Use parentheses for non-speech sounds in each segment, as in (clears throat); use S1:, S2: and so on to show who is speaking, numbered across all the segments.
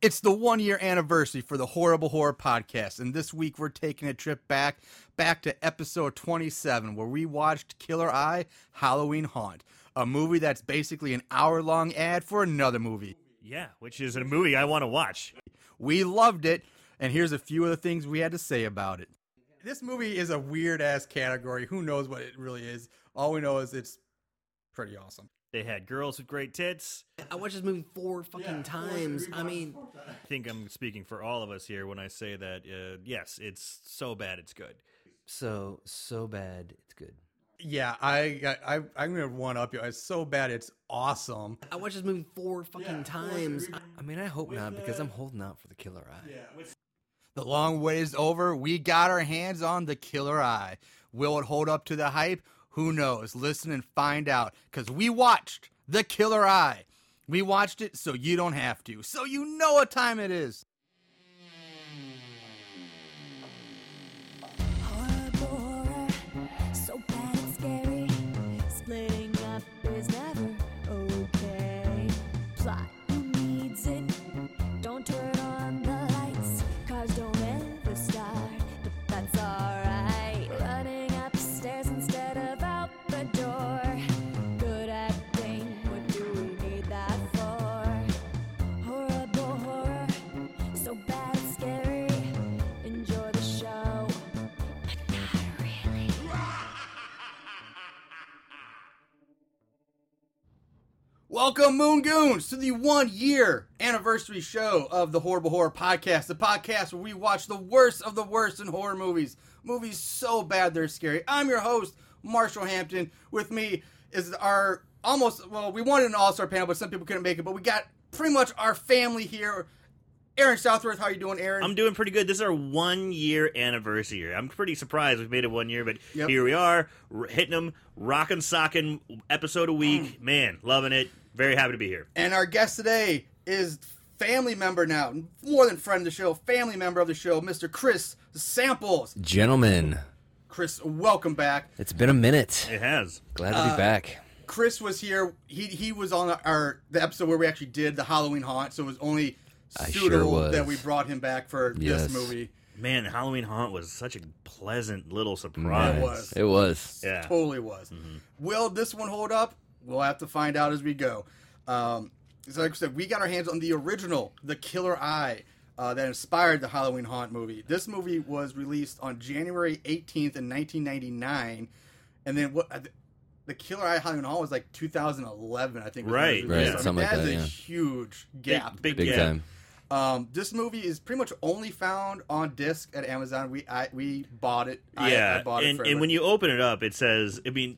S1: It's the one year anniversary for the Horrible Horror Podcast, and this week we're taking a trip back, back to episode 27, where we watched Killer Eye Halloween Haunt, a movie that's basically an hour long ad for another movie.
S2: Yeah, which is a movie I want to watch.
S1: We loved it, and here's a few of the things we had to say about it. This movie is a weird ass category. Who knows what it really is? All we know is it's pretty awesome.
S2: They had girls with great tits.
S3: I watched this movie four fucking times. I mean,
S2: I think I'm speaking for all of us here when I say that, uh, yes, it's so bad it's good.
S3: so so bad. It's good.
S1: Yeah, I, I, I- I'm gonna one up you. It's so bad, it's awesome.
S3: I watched this movie four fucking times. I, I mean, I hope not because I'm holding out for the killer eye.
S1: The long wait is over. We got our hands on the killer eye. Will it hold up to the hype? Who knows? Listen and find out. Because we watched the killer eye. We watched it so you don't have to. So you know what time it is.
S4: Horror, so bad it's scary. Splitting up is never okay. Plot who needs it? Don't turn on the lights. Cars don't ever start, but that's alright. Running upstairs instead of out the door. Good acting, what do we need that for? Horrible horror, so bad it's scary. Enjoy the show.
S1: Welcome, Moon Goons, to the one year anniversary show of the Horrible Horror Podcast, the podcast where we watch the worst of the worst in horror movies. Movies so bad they're scary. I'm your host, Marshall Hampton. With me is our almost, well, we wanted an all star panel, but some people couldn't make it, but we got pretty much our family here. Aaron Southworth, how you doing, Aaron?
S2: I'm doing pretty good. This is our one year anniversary. I'm pretty surprised we've made it one year, but
S1: Yep.
S2: here we are, r- hitting them, rockin' sockin' episode a
S1: Mm.
S2: week. Man, loving it. Very happy to be here.
S1: And our guest today is family member now, more than friend of the show, family member of the show, Mr. Chris Samples.
S3: Gentlemen,
S1: Chris, welcome back.
S3: it's been a minute.
S2: It has.
S3: Glad to
S1: Uh,
S3: be back.
S1: Chris was here. He he was on our the episode where we actually did the Halloween haunt, so it was only
S3: I
S1: suitable
S3: sure was.
S1: that we brought him back for
S3: Yes.
S1: this movie.
S2: Man, Halloween Haunt was such a pleasant little surprise.
S1: It was.
S3: It was.
S2: Yeah. Mm-hmm.
S1: Totally was. Will this one hold up? We'll have to find out as we go. Um, so like I said, we got our hands on the original, The Killer Eye, uh, that inspired the Halloween Haunt movie. This movie was released on January 18th in 1999, and then what? I- The Killer Eye Halloween Haunt was like 2011, I think. was when it
S2: Right,
S1: was released.
S2: right,
S1: I mean,
S3: something like
S1: that's
S3: that,
S1: a
S3: yeah.
S1: huge gap.
S2: Big,
S3: Big
S2: yeah.
S3: time.
S1: Um, this movie is pretty much only found on disc at Amazon. We I, we bought it.
S2: Yeah,
S1: I, I bought it
S2: and,
S1: for
S2: and when
S1: everybody.
S2: you open it up, it says, I mean,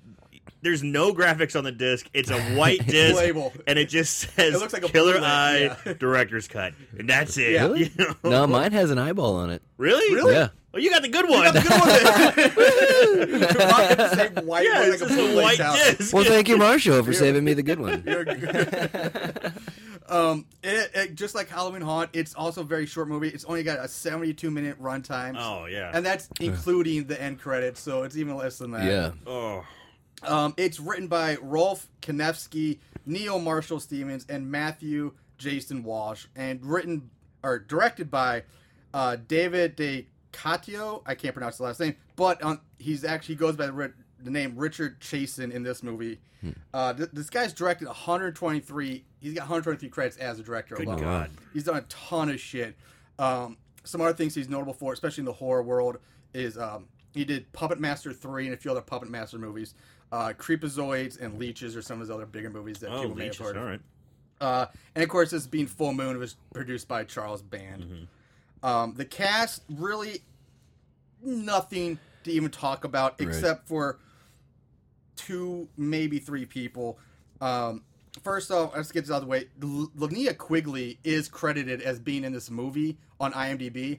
S2: there's no graphics on the disc.
S1: (laughs)
S2: It's a white disc,
S1: Label.
S2: and it just says
S1: It looks like a
S2: "Killer
S1: bootleg,
S2: Eye
S1: yeah. (laughs)
S2: Director's Cut," and that's it.
S1: Yeah.
S3: Really?
S2: You know?
S3: No, mine has an eyeball on it.
S2: really,
S1: Really?
S3: Yeah.
S2: Oh, you got the good one.
S1: Good one (laughs)
S2: (laughs)
S1: there. Rock the same white
S2: yeah,
S1: one,
S2: it's
S1: like
S2: just a
S1: bootleg
S2: white
S1: sound.
S2: disc.
S3: Well, thank you,
S1: (laughs)
S3: Marshall, for saving me the good one.
S1: You're good. um, it, it, just like Halloween Haunt, it's also a very short movie. It's only got a 72 minute runtime.
S2: (laughs) Oh yeah.
S1: And that's including the end credits, so it's even less than that.
S3: Yeah.
S2: oh,
S1: Um, it's written by Rolf Konevsky, Neil Marshall Stevens, and Matthew Jason Walsh, and written or directed by uh, David De Catio. I can't pronounce the last name, but um, he's actually he goes by the, ri- the name Richard Chasin in this movie.
S2: Hmm.
S1: Uh, th- this guy's directed 123. He's got 123 credits as a director.
S2: Good
S1: alone.
S2: God.
S1: He's done a ton of shit. Um, some other things he's notable for, especially in the horror world, is um, he did Puppet Master 3 and a few other Puppet Master movies. Uh, Creepazoids and Leeches are some of his other bigger movies that
S2: oh,
S1: people may have
S2: leeches. All
S1: heard. of.
S2: right.
S1: Uh, and of course, this being Full Moon, it was produced by Charles Band.
S2: Mm-hmm.
S1: Um, the cast really nothing to even talk about
S3: Right.
S1: except for two, maybe three people. Um, first off, let's get this out of the way. L- Linnea Quigley is credited as being in this movie on IMDb,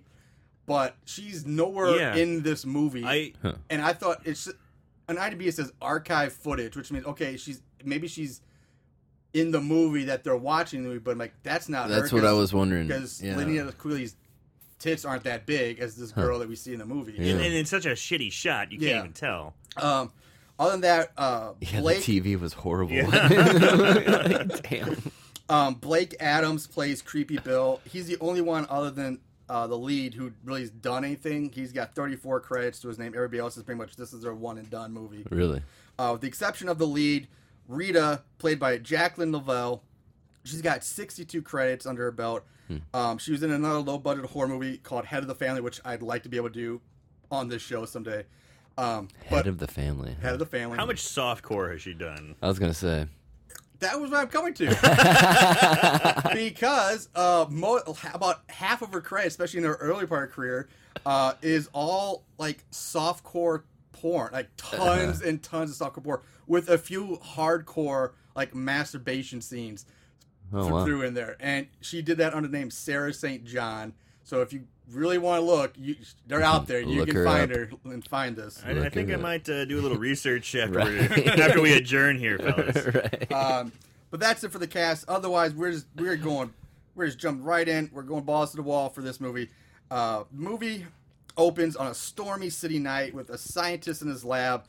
S1: but she's nowhere
S2: Yeah.
S1: in this movie.
S2: I
S1: and I thought it's an IMDb. It says archive footage, which means okay, she's maybe she's in the movie that they're watching the movie, but I'm like that's not.
S3: That's what I was wondering.
S1: because
S3: Yeah.
S1: Linnea Quigley's tits aren't that big as this girl that we see in the movie.
S2: and, and it's such a shitty shot. You
S1: Yeah.
S2: can't even tell.
S1: Um, other than that, uh,
S3: (laughs) Yeah,
S1: Blake (laughs)
S3: the TV was horrible. (laughs) Damn.
S1: Um, Blake Adams plays Creepy Bill. He's the only one other than uh, the lead who really has done anything. He's got 34 credits to his name. Everybody else is pretty much this is their one and done movie.
S3: Really?
S1: Uh, with the exception of the lead, Rita, played by Jacqueline Lavelle. She's got 62 credits under her belt.
S3: Hmm.
S1: Um, she was in another low budget horror movie called Head of the Family, which I'd like to be able to do on this show someday. Um,
S3: Head
S1: but
S3: of the family.
S1: Head of the Family.
S2: How much soft core has she done?
S3: I was
S1: (laughs)
S3: gonna say.
S1: That was what I'm coming to.
S3: (laughs)
S1: because uh, mo- about half of her credit, especially in her early part of her career, uh, is all like softcore porn, like tons
S3: Uh-huh.
S1: and tons of softcore porn, with a few hardcore like masturbation scenes
S3: Oh
S1: th-
S3: wow.
S1: through in there. And she did that under the name Sarah St. John. So if you really want to look, you, they're out there. You
S3: Look
S1: can
S3: her
S1: find
S3: up.
S1: her and find this.
S2: I, I
S3: Look
S2: think
S3: at
S2: I
S3: it.
S2: might uh, do a little research
S3: (laughs)
S2: after, we,
S3: Right.
S2: after we adjourn here, fellas.
S3: right.
S1: Um, but that's it for the cast. Otherwise, we're just we're going we're just jumping right in. We're going balls to the wall for this movie. Uh, movie opens on a stormy city night with a scientist in his lab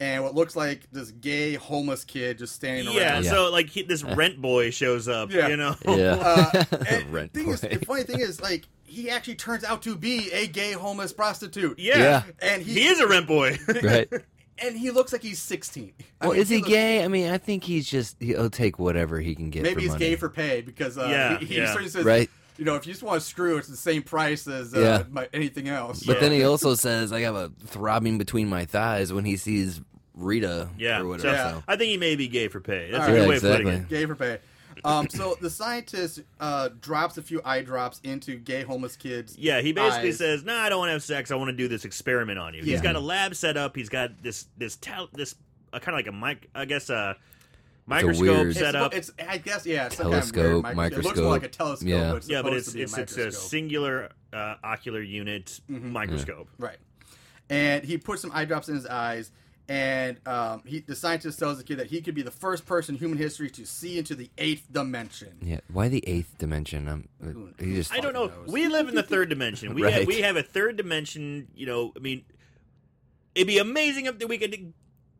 S1: and what looks like this gay homeless kid just standing
S2: Yeah,
S1: around.
S3: Yeah.
S2: so like he, this rent boy shows up,
S1: Yeah.
S2: you know.
S3: (laughs) yeah.
S1: Uh, and the
S3: (laughs) Rent
S1: thing is,
S3: boy.
S1: the funny thing is, like he actually turns out to be a gay homeless prostitute.
S2: (laughs) Yeah.
S3: Yeah.
S1: and he,
S2: He is a rent boy. (laughs)
S1: (laughs)
S3: right.
S1: and he looks like he's sixteen. I
S3: Well,
S1: mean,
S3: is he
S1: looks-
S3: gay? I mean, I think he's just he'll take whatever he can get. for
S1: Maybe he's
S3: money.
S1: gay for pay because uh,
S2: Yeah,
S1: he, he
S2: yeah.
S1: certainly says,
S3: Right.
S1: you know, if you just want to screw, it's the same price as uh,
S3: Yeah.
S1: my, anything else.
S3: But
S2: Yeah.
S3: then he also says, "I have a throbbing between my thighs" when he sees Rita
S2: yeah.
S3: or whatever.
S2: so
S1: Yeah.
S2: I think he may be gay for pay.
S1: Alright.
S2: That's a good
S1: Yeah,
S2: way of putting
S3: exactly.
S2: it.
S1: Gay for pay. Um, so the scientist uh, drops a few eye drops into gay homeless kids.
S2: Yeah, he basically
S1: Eyes.
S2: says, "No, I don't want to have sex. I want to do this experiment on you."
S1: Yeah.
S2: He's got a lab set up. He's got this this tel- this uh, kind of like a mic, I guess a microscope
S3: weird-
S1: It's,
S2: set up.
S1: It's I guess yeah, it's Some kind of
S3: Telescope,
S1: weird mic- It looks more
S3: microscope.
S1: like a telescope.
S3: Yeah.
S1: but it's
S2: yeah, but
S1: supposed
S2: it's
S1: to be
S2: it's,
S1: a
S2: it's a
S1: microscope. Mm-hmm.
S2: singular uh, ocular unit microscope.
S1: Right. And he puts some eye drops in his eyes. And um, he, the scientist tells the kid that he could be the first person in human history to see into the eighth dimension.
S3: Yeah. Why the eighth dimension? I'm. uh, He just.
S2: I don't know.
S1: knows?
S2: We live in the third dimension. We
S3: Right.
S2: have, we have a third dimension. You know, I mean, it'd be amazing if we could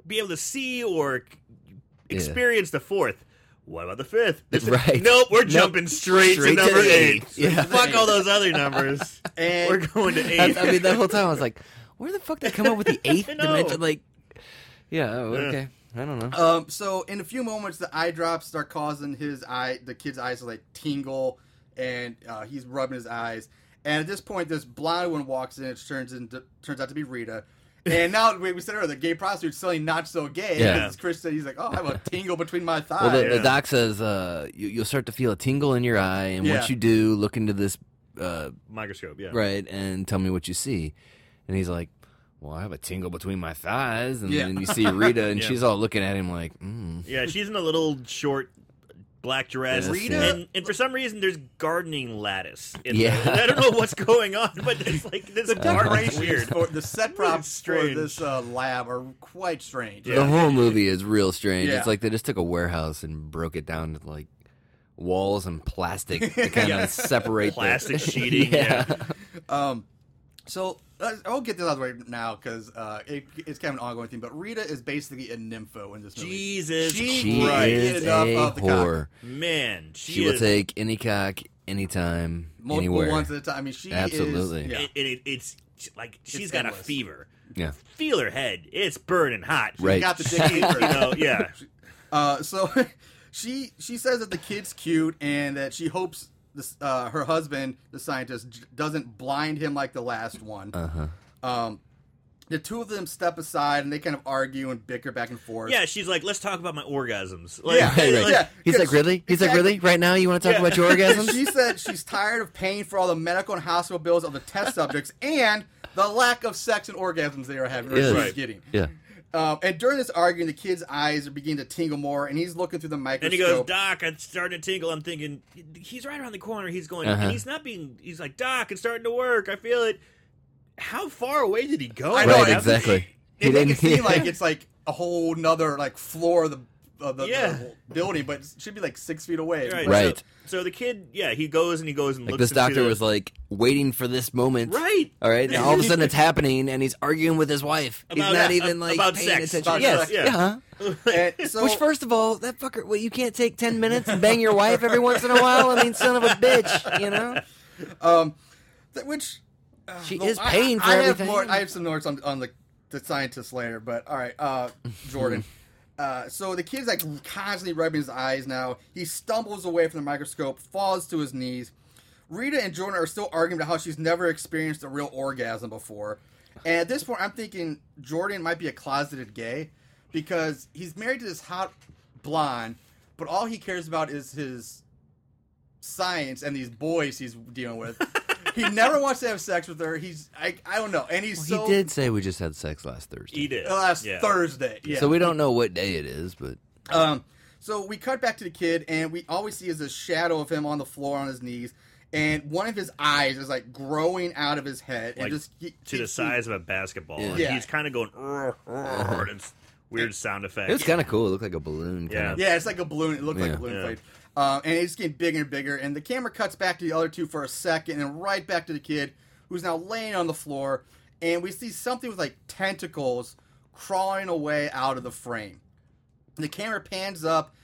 S2: be able to see or c-
S3: Yeah.
S2: experience the fourth. What about the fifth?
S3: (laughs)
S2: (laughs)
S3: Right.
S2: Nope, we're
S3: Nope.
S2: jumping straight, to
S3: Straight to
S2: number
S3: the
S2: eight.
S3: eighth. Yeah.
S2: Fuck all those other
S3: (laughs)
S2: numbers.
S1: And
S2: we're going to
S3: (laughs) I,
S2: eight. (laughs)
S3: I mean, that whole time I was like, "Where the fuck did they come up with the eighth
S2: I know.
S3: dimension?" Like, yeah. oh, Okay. I don't know.
S1: Um, so in a few moments, the eye drops start causing his eye, the kid's eyes to like tingle, and uh, he's rubbing his eyes. And at this point, this blonde one walks in. It turns into turns out to be Rita. And now we, we said earlier, the gay prostitute's selling not so gay.
S3: Yeah.
S1: because Chris said he's like, oh, I
S3: (laughs)
S1: have a tingle between my thighs.
S3: Well, the,
S2: Ah, yeah.
S3: the doc says uh, you, you'll start to feel a tingle in your eye, and
S1: Yeah.
S3: once you do, look into this uh,
S2: Microscope, yeah.
S3: right and tell me what you see. And he's like, "Well, I have a tingle between my thighs," and
S1: Yeah.
S3: then you see Rita,
S2: (laughs)
S3: and
S2: Yeah.
S3: she's all looking at him like, mm.
S2: Yeah, she's in a little short black dress.
S3: Yes,
S1: yeah.
S2: and, and for some reason, there's gardening lattice. In
S3: Yeah.
S2: there. And (laughs) I don't know what's going on, but it's like this
S1: the
S2: garden's
S1: decorations
S2: weird.
S1: for the set props for
S2: strange.
S1: this uh, lab are quite strange.
S2: Yeah.
S3: The whole movie is real strange.
S1: Yeah.
S3: It's like they just took a warehouse and broke it down to like walls and
S1: (laughs)
S3: plastic to kind
S2: Yeah.
S3: of separate (laughs)
S2: Plastic
S3: the...
S2: sheeting, yeah.
S1: Um, so uh, I'll get this out of the way now because uh, it, it's kind of an ongoing thing. But Rita is basically a nympho in this movie.
S2: Jesus
S1: She
S3: She
S2: Christ.
S3: is
S1: Get
S3: a
S1: enough of the cock.
S3: whore.
S2: Man, she,
S3: She,
S2: is.
S3: will take any cock, anytime,
S1: multiple
S3: anywhere. (laughs)
S1: ones at a time. I mean, she
S3: Absolutely.
S1: is. Yeah.
S2: it, it, it's like she's got a
S1: endless.
S2: fever.
S3: Yeah.
S2: Feel her head. It's burning hot.
S1: She
S3: Right.
S1: got the
S2: (laughs)
S1: dick in her.
S2: You know, yeah.
S1: Uh, so (laughs) she she says that the kid's cute and that she hopes this, uh, her husband, the scientist, j- doesn't blind him like the last one.
S3: Uh-huh.
S1: Um, the two of them step aside and they kind of argue and bicker back and forth.
S2: Yeah, she's like, let's talk about my orgasms. Like,
S1: Yeah,
S3: Right, right.
S1: yeah.
S3: He's like,
S1: Yes,
S3: really? He's
S1: exactly.
S3: like, really? Right now, you want to talk
S2: Yeah.
S3: about your
S1: (laughs)
S3: orgasms?
S1: She said she's tired of paying for all the medical and hospital bills of the test subjects and the lack of sex and orgasms they are having. or
S3: Yes.
S1: she's
S2: Right.
S1: getting.
S3: yeah.
S1: Um, and during this arguing, the kid's eyes are beginning to tingle more, and he's looking through the microscope.
S2: And he goes, Doc, it's starting to tingle. I'm thinking, he's right around the corner. He's going,
S3: Uh-huh.
S2: and he's not being, he's like, Doc, it's starting to work. I feel it. How far away did he go?
S1: I know,
S3: right,
S1: it-
S3: exactly.
S1: They make it
S3: (laughs)
S1: seem like it's like a whole nother like floor of the, of the,
S2: Yeah.
S1: the building, but it should be like six feet away.
S2: Right.
S3: Right.
S2: So, so the kid, yeah, he goes and he goes and
S3: Like
S2: looks
S3: this doctor
S2: into the-
S3: was like waiting for this moment.
S2: Right.
S3: All right. And
S1: (laughs)
S3: all of a sudden it's happening and he's arguing with his wife.
S2: About-
S3: he's not
S2: yeah,
S3: even like
S2: about
S3: paying
S2: sex.
S3: attention.
S2: About
S3: yes.
S2: sex, yeah.
S3: yeah.
S1: And so,
S3: Which, first of all, that fucker. Well, you can't take ten minutes and bang your wife every once in a while. I mean, son of a bitch, you know.
S1: um, th- which uh,
S3: She
S1: the-
S3: is
S1: I-
S3: paying
S1: I,
S3: for
S1: I
S3: everything.
S1: Have more, I have some notes on, on the the scientist later, but all right,
S3: (laughs)
S1: uh, Jordan. Uh, so the kid's like constantly rubbing his eyes now. He stumbles away from the microscope, falls to his knees. Rita and Jordan are still arguing about how she's never experienced a real orgasm before. And at this point, I'm thinking Jordan might be a closeted gay because he's married to this hot blonde, but all he cares about is his science and these boys he's dealing with. he never wants to have sex with her. He's I, I don't know, and he's so
S3: he did say we just had sex last Thursday,
S2: He did.
S1: last
S2: Yeah.
S1: Thursday. Yeah.
S3: so we don't know what day it is, but
S1: Um, so we cut back to the kid, and we all we see is a shadow of him on the floor on his knees, and one of his eyes is like growing out of his head,
S2: Like,
S1: and just ke-
S2: to the
S1: keeps-
S2: size of a basketball. and
S1: Yeah. Uh-huh.
S2: He's kind of going, "Rrr, rrr," and it's weird sound effects.
S3: it was kind of cool. It looked like a balloon. Kind
S2: Yeah.
S3: of.
S1: Yeah, it's like a balloon. It looked like a
S3: Yeah.
S1: balloon
S2: Yeah.
S1: inflated. Um, and it's getting bigger and bigger. And the camera cuts back to the other two for a second, and right back to the kid who's now laying on the floor. And we see something with like tentacles crawling away out of the frame. The camera pans up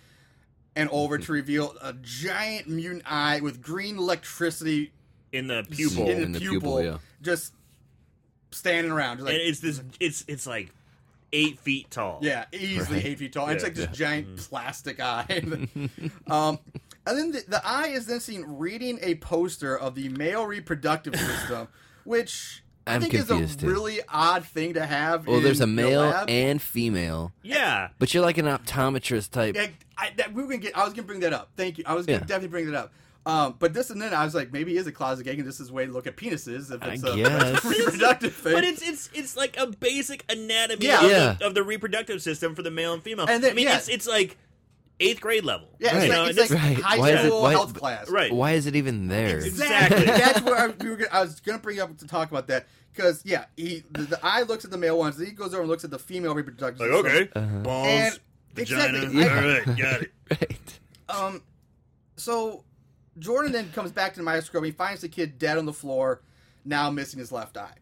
S1: and over to reveal a giant mutant eye with green electricity
S2: in the pupil.
S1: in
S3: In
S1: the
S3: the
S1: pupil,
S3: pupil, yeah.
S1: just standing around. Just like,
S2: and it's this it's it's like eight feet tall.
S1: Yeah, easily
S3: Right. Mm-hmm.
S1: eight feet tall. It's
S2: Yeah.
S1: like this giant plastic
S3: (laughs)
S1: eye. (laughs) um, and then the, the eye is then seen reading a poster of the male
S3: (laughs)
S1: reproductive system, which i
S3: I'm
S1: think is a
S3: confused, too.
S1: really odd thing to have.
S3: Well, there's a
S1: in your
S3: male
S1: lab.
S3: and female,
S2: Yeah.
S3: but you're like an optometrist type.
S1: Yeah, I, that, we were gonna get. I was gonna bring that up. Thank you. I was gonna
S3: Yeah.
S1: definitely bring that up. Um, but this and then I was like, maybe it is a closet gag, and this is a way to look at penises if
S3: I
S1: it's
S3: guess.
S1: a (laughs) reproductive thing.
S2: But it's it's it's like a basic anatomy
S1: Yeah.
S2: Of,
S3: Yeah.
S2: The, of the reproductive system for the male and female.
S1: And then-
S2: I mean
S1: yeah.
S2: it's it's like eighth grade level.
S1: yeah,
S2: You
S1: it's
S2: know,
S1: like,
S2: and
S1: it's like
S2: this-
S3: Right. Why
S1: high
S3: is it-
S1: school
S3: why-
S1: health class.
S2: right.
S3: Why is it even there?
S1: Exactly.
S2: Exactly.
S1: That's where I, we were gonna, I was going to bring up to talk about that because yeah, he the, the eye looks at the male ones, then he goes over and looks at the female reproductive.
S2: Like,
S1: system.
S2: okay.
S3: Uh-huh.
S2: Balls,
S1: And-
S2: vagina.
S1: exactly. I-
S2: All
S1: (laughs)
S2: right, got it.
S3: (laughs) Right.
S1: Um, so Jordan then comes back to the microscope. He finds the kid dead on the floor, now missing his left eye.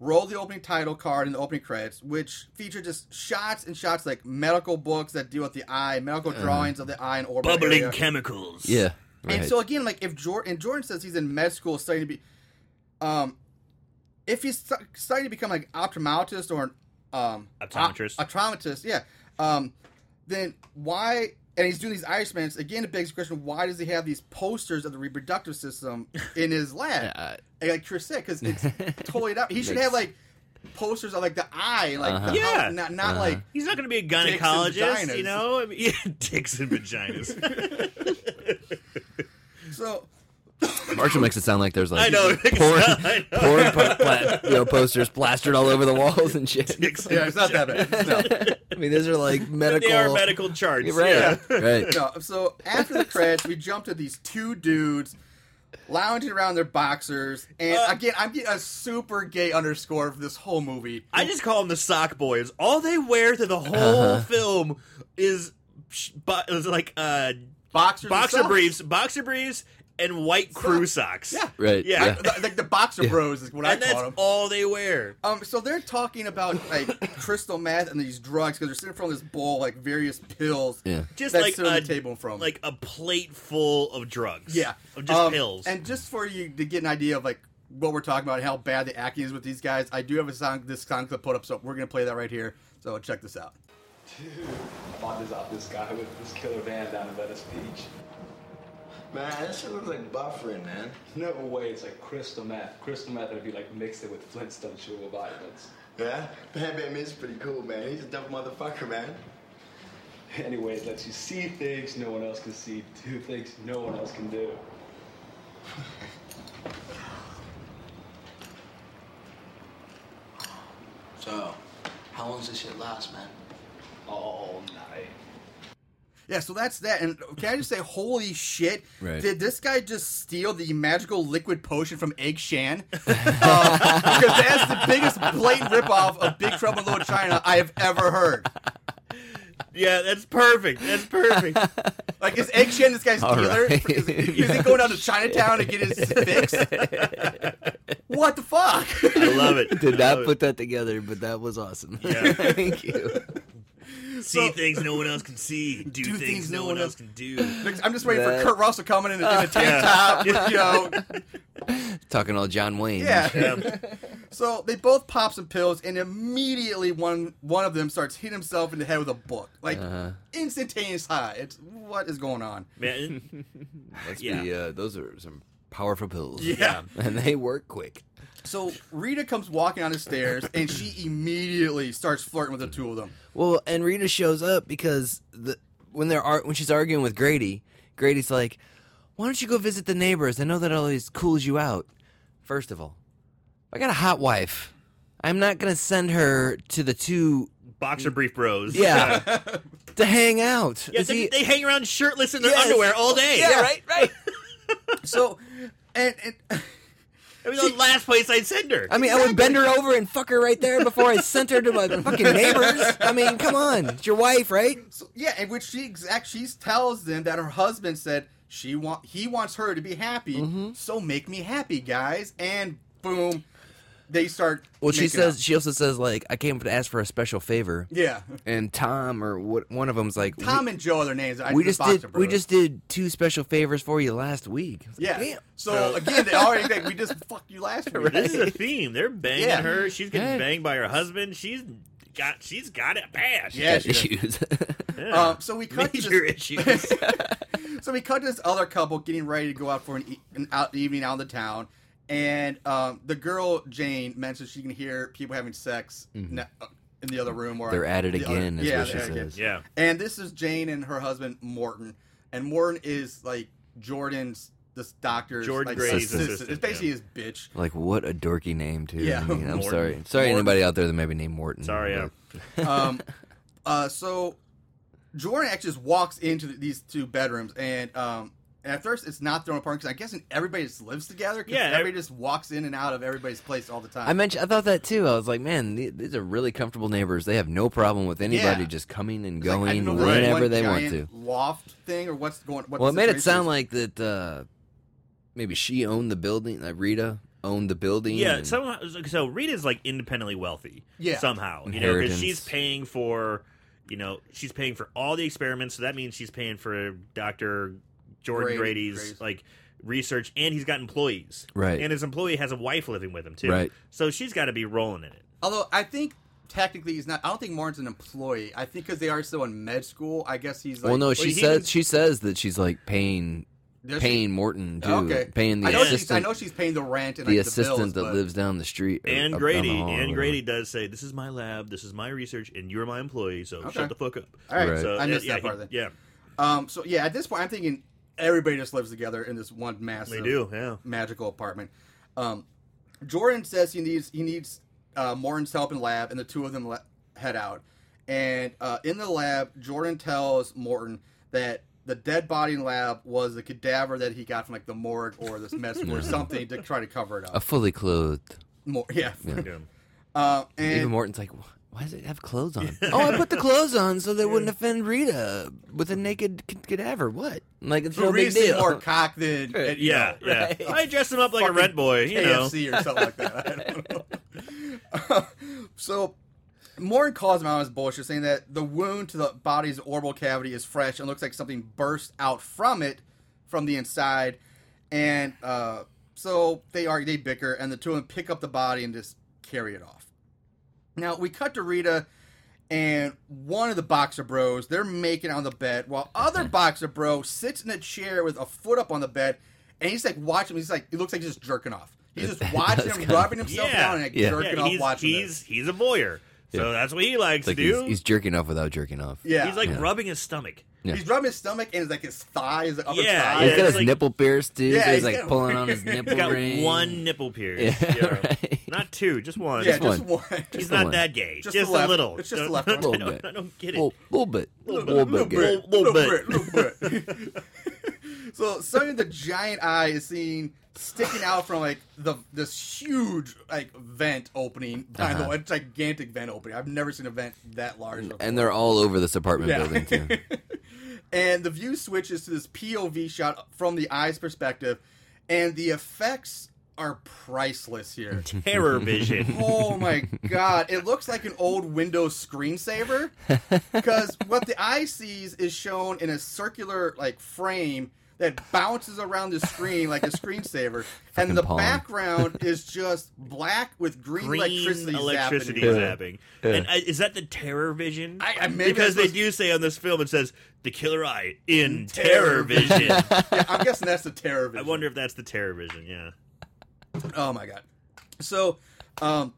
S1: Roll the opening title card and the opening credits, which feature just shots and shots like medical books that deal with the eye, medical drawings of the eye and orbital
S2: Uh-huh. Bubbling
S1: area.
S2: chemicals.
S3: Yeah. Right.
S1: And so again, like if Jordan, and Jordan says he's in med school studying to be, um, if he's stu- studying to become like optometrist or an um
S2: Optometrist.
S1: op- optometrist, yeah, um, then why? And he's doing these eye experiments again. It begs the question: Why does he have these posters of the reproductive
S3: (laughs)
S1: system in his lab?
S3: Yeah, I-
S1: And, like you're sick because
S3: (laughs)
S1: it's totally not. He should have like posters of like the eye, like
S3: Uh-huh.
S1: the
S2: Yeah.
S1: not not like
S2: He's not going to be a
S1: and
S2: gynecologist,
S1: vaginas.
S2: you know? I mean, (laughs) yeah, dicks
S1: (laughs)
S2: and vaginas.
S1: so.
S3: Marshall makes it sound like there's like
S2: I know. (laughs)
S3: porn,
S2: I know.
S3: porn po- pla- you know, posters plastered all over the walls and shit.
S2: (laughs) Dicks and
S1: Yeah, it's not that bad. No.
S3: (laughs) I mean, those are like medical.
S2: They are medical charts.
S3: Right,
S2: Yeah.
S3: right.
S1: No, so after the credits, we jump to these two dudes lounging around their boxers, and
S2: Uh,
S1: again, I'm getting a super gay underscore for this whole movie.
S2: I just call them the sock boys. All they wear through the whole
S3: Uh-huh.
S2: film is, sh- bo- is like uh,
S1: Boxers, and
S2: boxer
S1: socks.
S2: briefs, boxer briefs, and white crew socks.
S1: Yeah.
S3: Right.
S2: Yeah.
S1: Like, the- like the boxer bros is what
S2: and
S1: I
S2: that's
S1: call them.
S2: all they wear.
S1: Um, so they're talking about like crystal meth and these drugs because they're sitting in front of this bowl like various pills.
S3: Yeah.
S2: Just
S1: That's
S2: like
S1: sitting on
S2: a
S1: the table in front of them.
S2: like a plate full of drugs.
S1: Yeah,
S2: of just
S1: Um,
S2: pills.
S1: And just for you to get an idea of like what we're talking about, and how bad the acting is with these guys, I do have a song this song clip put up, so we're gonna play that right here. So check this out.
S5: Bought this off this guy with this killer van down in Venice Beach.
S6: Man, that shit looks like buffering, man.
S5: No way, it's like crystal meth. Crystal meth would be like mixed it with Flintstone chewable vitamins.
S6: Yeah? Bam Bam is pretty cool, man. He's a tough motherfucker, man.
S5: Anyway, it lets you see things no one else can see, do things no one else can do.
S6: So, how long does this shit last, man?
S5: All night.
S1: Yeah, so that's that. And can I just say, holy shit!
S3: Right.
S1: Did this guy just steal the magical liquid potion from Egg Shan? (laughs) Uh, because that's the biggest blatant ripoff of Big Trouble in Little China I have ever heard.
S2: yeah, that's perfect. That's (laughs) perfect.
S1: Like, is Egg Shan this guy's
S3: All
S1: dealer?
S3: right.
S1: Is, is he going down to Chinatown to get his fix? what the fuck? (laughs)
S2: I love it.
S3: Did
S2: I
S3: not
S2: love
S3: (laughs) put that together, but that was awesome.
S2: Yeah.
S3: Thank you.
S2: See things no one else can see. Do,
S1: Do
S2: things, no one else can do.
S1: I'm just waiting
S3: That-
S1: for Kurt Russell coming in, in a
S2: (laughs)
S1: tank top, with, you know.
S3: Talking all John Wayne.
S1: Yeah.
S2: Yep.
S1: So they both pop some pills, and immediately one one of them starts hitting himself in the head with a book, like
S3: Uh,
S1: instantaneous high. It's what is going on?
S2: Man,
S3: must
S2: Yeah.
S3: be, uh, those are some powerful pills.
S1: Yeah.
S3: And they work quick. (laughs)
S1: So Rita comes walking down the stairs, and she immediately starts flirting with the two of them.
S3: Well, and Rita shows up because the when they're ar- when she's arguing with Grady, Grady's like, "Why don't you go visit the neighbors? I know that always cools you out." First of all, I got a hot wife. I'm not gonna send her to the two,
S2: boxer brief bros. (laughs)
S3: yeah, to hang out.
S2: Yeah,
S3: Is
S2: they,
S3: he-
S2: they hang around shirtless in their
S3: Yes.
S2: underwear all day.
S3: yeah, right, right.
S1: So, and and (laughs)
S2: It was the last place I'd send her.
S3: I mean, I would bend her over and fuck her right there before I sent her to my fucking neighbors. I mean, come on, it's your wife, right?
S1: so, yeah, and which she exact she tells them that her husband said she want he wants her to be happy,
S3: Mm-hmm.
S1: so make me happy, guys. And boom, they start.
S3: Well, she
S1: making
S3: says
S1: out.
S3: she also says like, I came to ask for a special favor, (laughs)
S1: yeah.
S3: and Tom or what, one of them's like, we-
S1: Tom and Joe are their names. I
S3: we just
S1: Boxer
S3: did we
S1: Bros.
S3: just did two special favors for you last week. I was like,
S1: yeah.
S3: "Damn."
S1: So again, they already think we just (laughs) fucked you last week.
S2: this is a theme. They're banging
S1: Yeah.
S2: her. She's getting
S3: Hey.
S2: banged by her husband. She's got she's got it bad.
S1: Yeah.
S3: Got
S1: she does.
S3: issues.
S2: Yeah.
S1: (laughs) Um, so we cut to
S2: Major
S1: this,
S3: (laughs)
S2: issues.
S1: so we cut to this other couple getting ready to go out for an, e- an out evening out in the town, and um, the girl Jane mentions she can hear people having sex na- uh, in the other room. Or
S3: Mm-hmm. They're at it
S1: the other-
S3: again, is
S1: yeah,
S3: what she
S1: they're at it again.
S3: says.
S2: yeah.
S1: And this is Jane and her husband Morton, and Morton is like Jordan's this doctor's
S2: Jordan
S1: like,
S2: Grady's assistant,
S1: It's basically
S2: yeah.
S1: his bitch.
S3: (laughs) Like what a dorky name too.
S1: Yeah,
S3: I mean, I'm
S2: Morton.
S3: sorry. Sorry
S1: Morton.
S3: anybody out there that maybe named Morton.
S2: Sorry. Yeah.
S3: but-
S1: Um, (laughs) uh, so Jordan actually just walks into th- these two bedrooms, and um, and at first it's not thrown apart because I guess everybody just lives together. 'cause
S2: Yeah,
S1: everybody
S2: ev-
S1: just walks in and out of everybody's place all the time.
S3: I mentioned I thought that too. I was like, man, the- these are really comfortable neighbors. They have no problem with anybody
S1: Yeah.
S3: just coming and
S1: Like, I
S3: going
S1: didn't know if it's
S3: whenever
S1: one
S3: they want to.
S1: giant Loft thing or what's going? What
S3: Well, it
S1: the
S3: made it
S1: situation is.
S3: sound like that uh, maybe she owned the building, like Rita owned the building.
S2: Yeah,
S3: and-
S2: somehow. So Rita's like independently
S1: Mm.
S2: wealthy.
S1: Yeah.
S2: Somehow, you know, because
S3: Inheritance.
S2: she's paying for, you know, she's paying for all the experiments. So that means she's paying for Doctor Jordan
S1: Grady-
S2: Grady's
S1: Grady's.
S2: like research, and he's got employees.
S3: Right.
S2: And his employee has a wife living with him too.
S3: Right.
S2: So she's got to be rolling in it.
S1: Although I think technically he's not. I don't think Martin's an employee. I think because they are still in med school. I guess he's like.
S3: well, no,
S2: Well,
S3: she
S2: he
S3: says
S2: didn't-
S3: she says that she's like paying
S1: Does she-
S3: paying Morton too,
S1: Okay.
S3: paying the
S1: I know She's, I
S3: assistant,
S1: know she's paying the rent and
S3: the
S1: like,
S3: assistant
S1: bills,
S3: that
S1: but-
S3: lives down the street, or
S2: And
S3: up down
S2: Grady,
S3: the hall or
S2: and
S3: whatever.
S2: Grady does say, "This is my lab. This is my research, and you're my employee. So
S1: Okay.
S2: shut the fuck up."
S1: All right,
S3: Right.
S2: So
S1: I missed
S2: yeah,
S1: that part.
S2: he-
S1: then.
S2: Yeah,
S1: Um, so yeah, at this point, I'm thinking everybody just lives together in this one massive,
S2: they do.
S1: (laughs)
S2: Yeah.
S1: magical apartment. Um, Jordan says he needs he needs uh, Morton's help in lab, and the two of them le- head out. And uh, in the lab, Jordan tells Morton that the dead body in lab was the cadaver that he got from like the morgue or this mess or something to try to cover it
S3: a
S1: up.
S3: fully clothed.
S1: More, yeah.
S2: yeah.
S1: Uh,
S3: Even
S1: and
S3: Morton's like, "Wh- why does it have clothes on?
S1: (laughs)
S3: oh, I put the clothes on so they wouldn't offend Rita with a naked c- cadaver. What? I'm like it's no big
S1: Reese is
S3: deal.
S1: more cock than at, you
S2: (laughs) Yeah,
S1: know,
S2: yeah. I dress him up like a red boy, you know.
S1: KFC or something like that. I don't (laughs) know. so, Morton calls him out on his bullshit, saying that the wound to the body's orbital cavity is fresh and looks like something burst out from it from the inside. And uh, so they argue, they bicker, and the two of them pick up the body and just carry it off. Now we cut to Rita and one of the boxer bros, they're making out on the bed while
S3: (laughs)
S1: other boxer bro sits in a chair with a foot up on the bed and he's like watching him. He's like, it looks like he's just jerking off. He's
S3: (laughs)
S1: just
S3: That
S1: watching
S3: does
S1: him,
S3: kinda-
S1: rubbing himself down and like
S3: Yeah.
S1: jerking
S2: Yeah,
S1: off
S2: he's,
S1: watching
S2: he's,
S1: this.
S2: he's a voyeur. So
S3: Yeah.
S2: that's what he likes
S3: It's like
S2: to do.
S3: he's, he's jerking off without jerking off.
S1: Yeah.
S2: He's, like
S3: Yeah.
S2: rubbing his stomach.
S3: Yeah.
S1: He's rubbing his stomach and like his thigh, his upper
S2: Yeah,
S1: thigh.
S3: He's
S2: yeah.
S3: got
S2: it's
S3: his
S2: like-
S3: nipple pierced too.
S1: Yeah,
S3: so
S1: he's
S3: he's like
S1: got- (laughs)
S3: pulling on his
S2: He's
S3: nipple
S2: got
S3: ring.
S2: one nipple pierce.
S3: (laughs)
S2: (laughs)
S3: Yeah, right.
S2: Not two, just one.
S1: Yeah,
S3: Just
S1: just one.
S3: (laughs)
S2: he's
S3: the
S2: not
S3: one.
S2: that gay.
S1: Just
S2: Just,
S1: the
S2: a
S1: left-
S2: little.
S1: it's just the
S2: Don't-
S1: left
S2: I
S1: one.
S2: don't-
S3: Little bit.
S2: I don't get it.
S3: (laughs) little, little bit, little, bit. gay.
S2: bit. little
S1: bit, little bit.
S3: (laughs)
S1: (laughs) so suddenly the giant eye is seen sticking out from like the this huge like vent opening behind the
S3: Uh-huh.
S1: way, a gigantic vent opening. I've never seen a vent that large. before.
S3: And they're all over this apartment
S1: Yeah.
S3: building too.
S1: (laughs) and the view switches to this POV shot from the eye's perspective, and the effects are priceless here.
S2: (laughs)
S1: (laughs)
S2: Terror vision.
S1: Oh
S3: (laughs)
S1: my god, it looks like an old Windows screensaver because what the eye sees is shown in a circular like frame that bounces around the screen
S3: (laughs)
S1: like a screensaver, and
S3: Fucking
S1: the
S3: Pong.
S1: background is just black with green,
S2: Green
S1: electricity.
S2: electricity,
S1: zapping it.
S2: zapping.
S3: Yeah.
S2: And uh, is that the terror vision?
S1: I- I- maybe
S2: because
S1: that's
S2: they
S1: what-
S2: do say on this film it says the killer eye in terror vision.
S1: Yeah, I'm guessing that's the terror.
S2: (laughs) I
S1: vision.
S2: wonder if that's the terror vision. Yeah.
S1: Oh my god. So, um,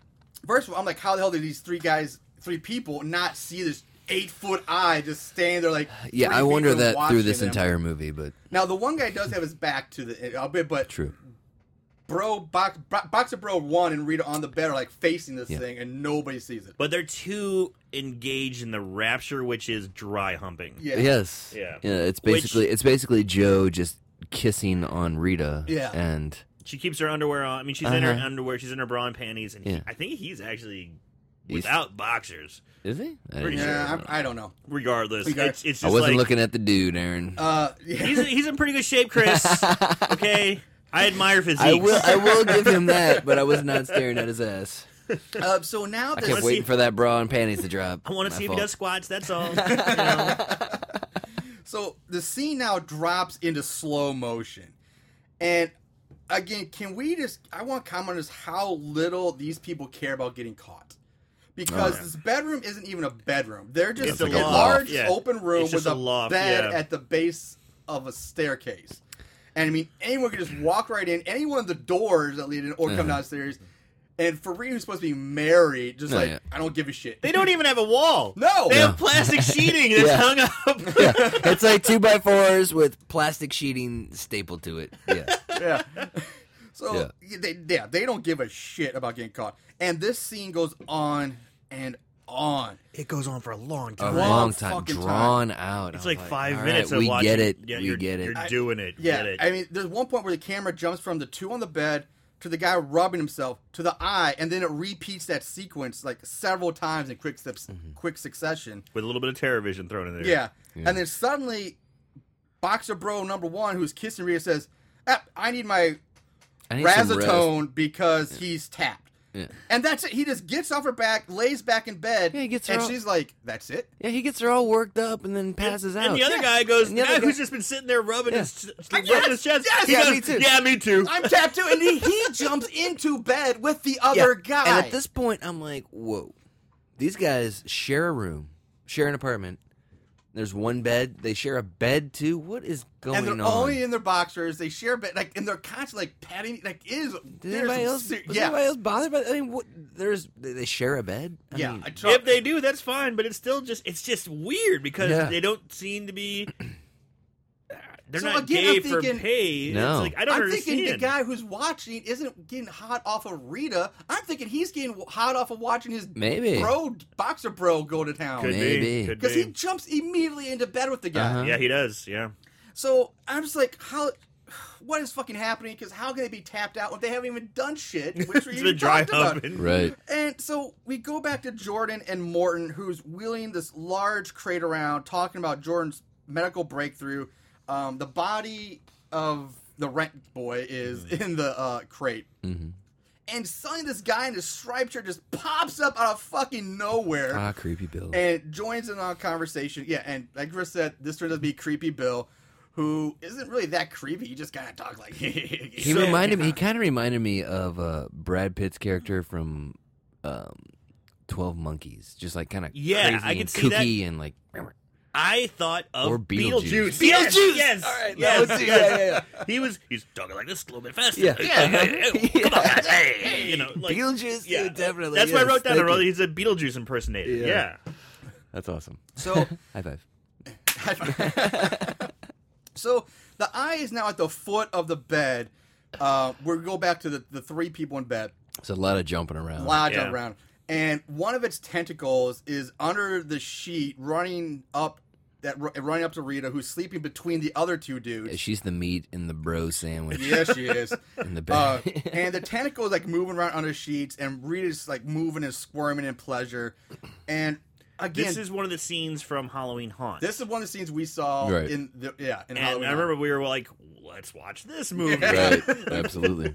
S1: first of all, I'm like, how the hell did these three guys, three people, not see this eight foot eye just standing there like?
S3: Yeah,
S1: three
S3: I wonder
S1: people
S3: that through
S1: watching
S3: this
S1: them?
S3: entire movie, but
S1: Now the one guy does have his back to the a bit, but
S3: true.
S1: bro, box, Bo- boxer bro one and Rita on the bed are like facing this
S3: Yeah.
S1: thing, and nobody sees it.
S2: But they're too engaged in the rapture, which is dry humping.
S1: Yeah.
S3: Yes.
S2: Yeah.
S3: It's
S2: Which-
S3: basically it's basically Joe just kissing on Rita.
S1: Yeah.
S3: And
S2: She keeps her underwear on. I mean, she's in her
S3: Uh-huh.
S2: underwear. She's in her bra and panties. And he-
S3: Yeah.
S2: I think he's actually
S3: He's-
S2: without boxers.
S3: is he? I,
S2: Pretty
S3: didn't-
S2: sure.
S1: Yeah, I, I don't know.
S2: Regardless,
S1: Okay.
S2: it's, it's just
S3: I wasn't
S2: like,
S3: looking at the dude, Aaron.
S1: Uh, yeah.
S2: (laughs) He's he's in pretty good shape,
S3: (laughs)
S2: Chris. okay, I admire physique.
S3: I will I will
S1: (laughs)
S3: give him that, but I was not staring at his ass.
S1: uh, so now
S3: I
S1: this
S3: kept
S2: wanna
S3: waiting
S2: see-
S3: for that bra and panties to drop.
S2: (laughs) I want to
S3: My
S2: see if
S3: fault.
S2: he does squats. That's all. You know?
S1: So the scene now drops into slow motion. And again, can we just I want to comment on just how little these people care about getting caught. Because
S2: Oh, yeah.
S1: this bedroom isn't even a bedroom. They're just
S2: It's
S1: a,
S2: a loft,
S1: large
S2: yeah.
S1: open room
S2: It's just
S1: with a,
S2: a loft,
S1: bed
S2: yeah.
S1: at the base of a staircase. And I mean anyone could just walk right in, any one of the doors that lead in or come
S2: Mm-hmm.
S3: Uh-huh.
S1: downstairs. And for Reed, who's supposed to be married, just
S3: Oh,
S1: like
S3: yeah.
S1: I don't give a shit.
S2: They don't even have a wall.
S1: No.
S2: they
S1: No.
S2: have
S3: (laughs)
S2: plastic sheeting that's
S3: Yeah.
S2: hung up.
S3: (laughs) Yeah. (laughs) It's like two by fours with plastic sheeting stapled to it. Yeah.
S1: yeah. (laughs) So They, yeah, they don't give a shit about getting caught. And this scene goes on and on.
S2: It goes on for a long
S3: A
S1: Long
S3: long time
S1: fucking time.
S3: drawn out.
S2: It's
S3: I was
S2: like five
S3: all
S2: minutes
S3: right,
S2: of
S3: we
S2: watching.
S3: get it.
S2: Yeah,
S3: we
S2: you're,
S3: get it.
S2: You're doing it.
S1: Yeah,
S2: get it.
S1: I mean, there's one point where the camera jumps from the two on the bed to the guy rubbing himself to the eye, and then it repeats that sequence like several times in quick steps, quick succession.
S2: With a little bit of terror vision thrown in there.
S1: Yeah. and then suddenly, boxer bro number one, who's kissing Rita, says, "Ah, "I need my
S3: I need some rest.
S1: Razatone because he's tapped."
S3: Yeah.
S1: And that's it. He just gets off her back, lays back in bed,
S3: Yeah, he gets her
S1: and
S3: all-
S1: she's like, "That's it."
S3: Yeah, he gets her all worked up and then passes out.
S2: And the other
S3: Yeah.
S2: guy goes,
S3: And the other
S2: "Nah,
S3: guy-
S2: who's just been sitting there rubbing his, rubbing
S1: Yes,
S2: his chest.
S1: yes,
S2: He
S3: yeah,
S2: goes,
S3: me too.
S2: Yeah, me too.
S3: (laughs)
S1: I'm tapped too, and he, he jumps into bed with the
S3: Yeah.
S1: other guy.
S3: And at this point, I'm like, whoa. These guys share a room, share an apartment. There's one bed. They share a bed too. What is going
S1: and they're
S3: on?
S1: only in their boxers. They share bed, like, and they're constantly like patting. Like, it is
S3: Did
S1: there's
S3: anybody
S1: some
S3: else?
S1: ser-
S3: was
S1: yeah,
S3: anybody else bothered by? I mean, what, there's they they share a bed. I
S1: yeah.
S3: mean,
S1: I try-
S2: if they do, that's fine. But it's still just it's just weird because
S3: Yeah.
S2: they don't seem to be. (clears throat) They're
S1: So
S2: not
S1: again,
S2: gay
S1: I'm thinking-
S2: for pay.
S3: No.
S2: It's like I don't
S1: I'm
S2: understand.
S1: thinking the guy who's watching isn't getting hot off of Rita. I'm thinking he's getting hot off of watching his
S3: Maybe.
S1: bro boxer bro go to
S2: could
S1: town
S3: Maybe.
S2: be could
S1: because he
S2: be.
S1: jumps immediately into bed with the guy.
S3: Uh-huh.
S2: yeah, he does. Yeah.
S1: So I'm just like, how? (sighs) What is fucking happening? Because how can they be tapped out if they haven't even done
S2: (laughs)
S1: shit? Which we
S2: It's
S1: even
S2: been dry
S1: talked about.
S2: humping.
S3: right.
S1: And so we go back to Jordan and Morton, who's wheeling this large crate around, talking about Jordan's medical breakthrough. Um, the body of the rent boy is
S2: Mm-hmm.
S1: in the uh, crate. And suddenly, this guy in his striped shirt just pops up out of fucking nowhere
S3: Ah, creepy Bill.
S1: and joins in on a conversation. Yeah, and like Chris said, this turns out to be creepy Bill, who isn't really that creepy. He just kind of talks like (laughs)
S3: He reminded me. He kind of reminded me of uh, Brad Pitt's character from um, Twelve Monkeys. Just like kind of
S2: Yeah,
S3: crazy
S2: I could
S3: and
S2: see that.
S3: kooky and like. (laughs)
S2: I thought of
S3: Or
S2: Beetlejuice.
S3: Beetlejuice.
S2: Yes,
S3: Beetlejuice!
S2: Yes.
S3: All right,
S2: yes,
S3: that was it.
S2: yes.
S3: Yeah, yeah,
S2: He was he's talking like this a little bit faster.
S3: Yeah.
S2: Hey,
S3: Yeah.
S2: hey, hey,
S3: Yeah.
S2: Come on, guys. Hey, hey, you know, (laughs) like,
S3: Beetlejuice,
S2: yeah,
S3: yeah, definitely.
S2: That's what I
S3: yes,
S2: wrote down. I
S3: thank
S2: wrote
S3: you.
S2: he's a Beetlejuice impersonator.
S3: Yeah.
S2: yeah.
S3: That's awesome.
S1: so. (laughs)
S3: (laughs) High five.
S1: so the eye is now at the foot of the bed. Uh, we go back to the, the three people in bed,
S3: It's a lot of jumping around.
S1: lodge
S2: Yeah.
S1: around, and one of its tentacles is under the sheet, running up that running up to Rita, who's sleeping between the other two dudes.
S3: She's the meat in the bro sandwich
S1: Yeah, she is.
S3: (laughs) in the
S1: Uh,
S3: bed. (laughs)
S1: and the tentacle is like moving around under sheets, and Rita's like moving and squirming in pleasure. And again,
S2: This is one of the scenes from Halloween Haunt.
S1: one of the scenes we saw
S3: Right.
S1: in the Oh, yeah. In
S2: and
S1: Halloween. (laughs)
S2: I remember we were like, let's watch this movie.
S1: Yeah.
S3: right. Absolutely.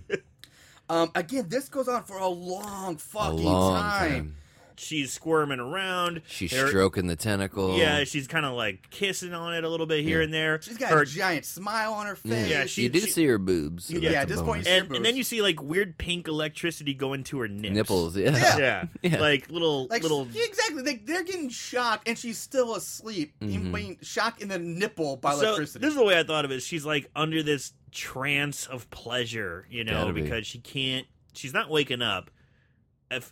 S1: Um, again, this goes on for a long
S3: A
S1: fucking
S3: long
S1: time.
S3: time.
S2: She's squirming around.
S3: She's
S2: Her-
S3: stroking the tentacle.
S2: Yeah, she's kind of like kissing on it a little bit here
S3: Yeah.
S2: and there.
S1: She's got
S2: Her-
S1: a giant smile on her
S3: Yeah,
S1: face.
S2: Yeah, she-
S3: you did
S2: she-
S3: see her boobs. so
S1: Yeah,
S3: that's
S1: at
S3: a
S1: this point
S3: bonus.
S1: you
S2: and, and then
S1: boobs.
S2: you see like weird pink electricity going to her nips.
S3: nipples. Yeah,
S1: Yeah.
S2: Yeah.
S3: (laughs) Yeah.
S2: Like little
S1: like
S2: little
S1: yeah, exactly. They, they're getting shocked, and she's still asleep.
S3: Mhm.
S1: Even being shocked in the nipple by
S2: so this
S1: electricity.
S2: is the way I thought of it. She's like under this trance of pleasure, you know,
S3: Gotta be.
S2: because she can't. She's not waking up. If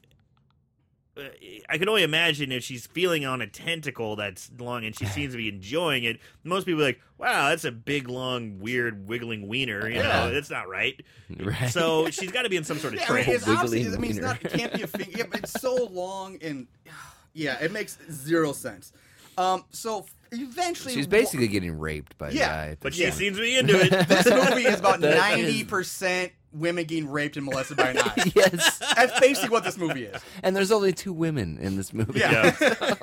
S2: uh, I can only imagine if she's feeling on a tentacle that's
S1: (laughs)
S2: long and she seems to be enjoying it. Most people are like, "Wow, that's a big, long, weird, wiggling wiener." You
S3: Yeah.
S2: know, that's not right.
S3: (laughs) right.
S2: So she's got to be in some sort of
S1: yeah, I mean,
S2: trance.
S1: it's obviously.
S3: Wiggly
S1: I mean, it's not. It
S3: wiener. (laughs)
S1: can't be a finger. Yeah, but it's so long, and yeah, it makes zero sense. Um, so eventually,
S3: she's basically getting raped by
S1: Yeah,
S3: a guy. at
S2: but
S3: this
S2: she
S3: point.
S2: seems to be into it.
S1: this movie
S3: (laughs)
S1: is about
S3: That is-
S1: ninety percent women getting raped and molested by an
S3: (laughs)
S1: eye.
S3: yes,
S1: That's basically what this movie is.
S3: and there's only two women in this
S1: (laughs)
S3: movie.
S1: Yeah.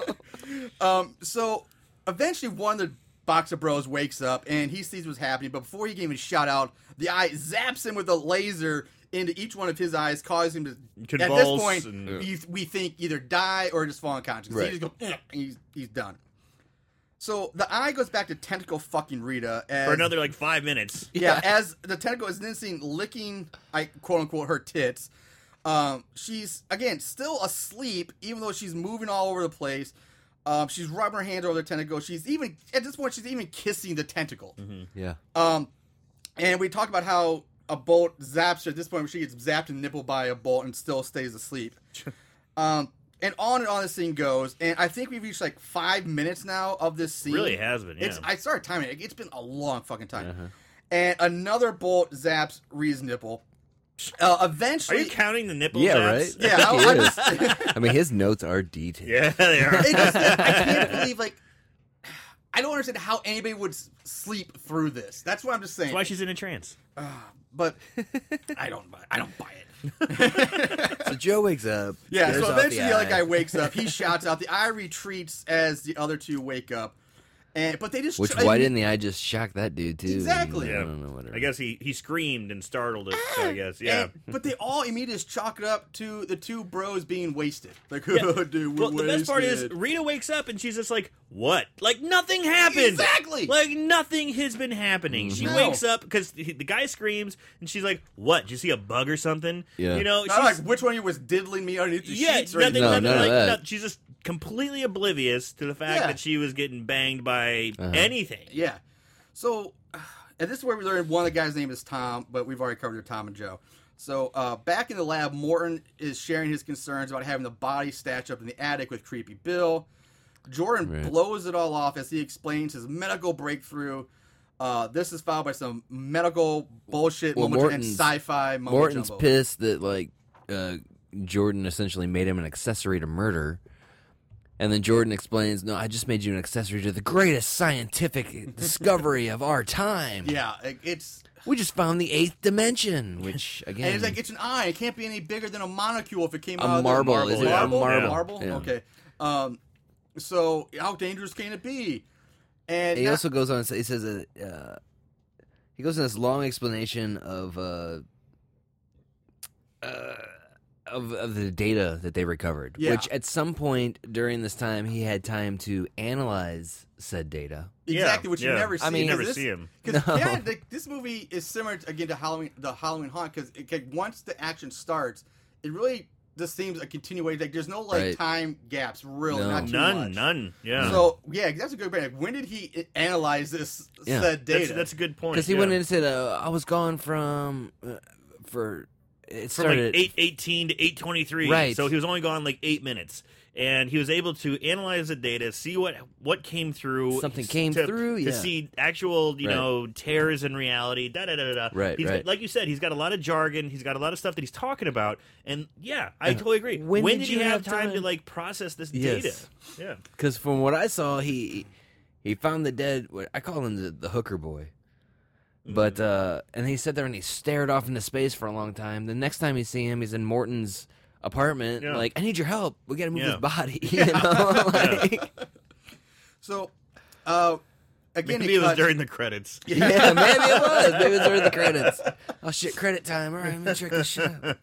S1: um, so eventually, one of the boxer bros wakes up and he sees what's happening. But before he can even shout out, the eye zaps him with a laser into each one of his eyes, causing him to. at this
S2: Convulse
S1: point,
S2: and-
S1: you, we think either die or just fall unconscious.
S3: Right.
S1: He just goes, "Ugh," and he's, he's done. So the eye goes back to tentacle fucking Rita as,
S2: for another like five minutes.
S1: yeah, as the tentacle is then seen licking, I quote unquote, her tits. Um, she's again still asleep, even though she's moving all over the place. Um, she's rubbing her hands over the tentacle. She's even at this point, she's even kissing the tentacle.
S3: (laughs) yeah.
S1: Um, and we talked about how a bolt zaps her at this point, where she gets zapped and nippled by a bolt and still stays
S2: (laughs)
S1: asleep. um, and on and on this scene goes, and I think we've reached like five minutes now of this scene.
S2: Really has been, yeah. Uh-huh.
S1: It's I started timing it. It's been a long fucking time. And another bolt zaps Ree's nipple. Uh,
S2: Are
S1: eventually,
S2: you counting the nipples?
S3: Yeah, right.
S1: yeah, I, I just,
S3: I mean, his notes are detailed.
S2: Yeah, they are.
S1: (laughs) it just, I can't believe like. (sighs) I don't understand how anybody would s- sleep through this. That's what I'm just saying.
S2: That's why she's in a trance.
S1: but I don't buy. I don't buy it.
S3: So Joe wakes up.
S1: Yeah.
S3: stares
S1: so
S3: off
S1: eventually, the other
S3: eye,
S1: guy wakes up.
S3: (laughs)
S1: He shouts out. The eye retreats as the other two wake up. And but they just
S3: Which
S1: try-
S3: why didn't the eye just shock that dude too?
S1: Exactly.
S3: I
S2: Yeah.
S3: don't know whatever.
S2: I guess he, he screamed and startled it. So I guess Ah, yeah.
S1: and- but they all immediately just chalk it up to the two bros being wasted. Like,
S2: (laughs) Yeah.
S1: (laughs) dude, we're
S2: well, the best part is
S1: wasted."
S2: Rita wakes up and she's just like, "What? Like nothing happened.
S1: Exactly.
S2: Like nothing has been happening."
S3: Mm-hmm.
S2: She
S1: No.
S2: wakes up because the the guy screams and she's like, "What? Did you see a bug or something?"
S3: Yeah.
S2: You know, she's,
S1: Not like which one of you was diddling me underneath the
S2: yeah,
S1: sheets. or
S2: nothing.
S1: anything.
S2: nothing
S3: No, none of
S2: like,
S3: that.
S2: no- she's just completely oblivious to the fact
S1: Yeah.
S2: that she was getting banged by
S3: Uh-huh.
S2: anything.
S1: Yeah. So, and this is where we learned one of the guys' name is Tom, but we've already covered Tom and Joe. So, uh, back in the lab, Morton is sharing his concerns about having the body stashed up in the attic with Creepy Bill. Jordan
S3: Right.
S1: blows it all off as he explains his medical breakthrough. Uh, this is followed by some medical bullshit
S3: Well,
S1: mumbo and
S3: Morton's-
S1: sci-fi mumbo
S3: Morton's
S1: jumbo.
S3: pissed that like uh, Jordan essentially made him an accessory to murder. And then Jordan explains, "No, I just made you an accessory to the greatest
S1: (laughs)
S3: scientific discovery of our time.
S1: Yeah, it, it's
S3: We just found the eighth
S1: (laughs)
S3: dimension, which again,
S1: and it's like it's an eye. It can't be any bigger than a monocule if it came
S3: A
S1: out of the
S3: marble,
S1: marble.
S3: is it? A
S1: marble?
S3: marble.
S1: Marble?
S3: Yeah.
S1: Okay. Um, so how dangerous can it be? And
S3: he
S1: not-
S3: also goes on. and say- He says, uh, uh, he goes in this long explanation of uh, uh, of of the data that they recovered,
S1: Yeah.
S3: which at some point during this time he had time to analyze said data.
S1: exactly
S2: Yeah,
S1: which you
S2: yeah.
S1: never see.
S3: I mean-
S2: never
S1: this,
S2: see him.
S1: Because
S3: (laughs) No.
S1: this movie is similar to, again to Halloween, the Halloween Haunt, because once the action starts, it really just seems a continuation. Like there's no like
S3: Right.
S1: time gaps, really.
S3: No.
S1: Not too
S2: None,
S1: much.
S2: none. Yeah.
S1: So yeah, that's a good point. Like, when did he i- analyze this
S3: Yeah.
S1: said data?
S2: that's, that's a good point.
S3: Because he
S2: yeah.
S3: went in and said, uh, "I was gone from uh, for it
S2: from like
S3: started
S2: eight eighteen to eight twenty three.
S3: Right.
S2: So he was only gone like eight minutes, and he was able to analyze the data, see what what came through.
S3: Something
S2: s-
S3: came
S2: to,
S3: through,
S2: to
S3: yeah.
S2: see actual you
S3: Right.
S2: know tears in reality. Da da da da. da.
S3: Right,
S2: He's got-
S3: right.
S2: Like you said, he's got a lot of jargon. He's got a lot of stuff that he's talking about, and yeah, I totally agree.
S3: When did
S2: did
S3: you
S2: he have
S3: have
S2: time, to
S3: time?
S2: like process this
S3: Yes.
S2: data? Yeah.
S3: Because from what I saw, he he found the dead. What I call him the, the hooker boy. But
S1: Mm.
S3: uh, and he sat there and he stared off into space for a long time. The next time you see him, he's in Morton's apartment.
S2: Yeah.
S3: Like, I need your help.
S1: (laughs)
S3: We got to move
S2: Yeah.
S3: his body. You know? like,
S1: So, uh, again,
S2: Maybe
S1: it
S2: it was
S1: cuts-
S2: during the credits.
S3: Yeah, maybe it was. Maybe it was during
S1: (laughs)
S3: the credits. Oh shit, credit time. All right, let me check this shit out.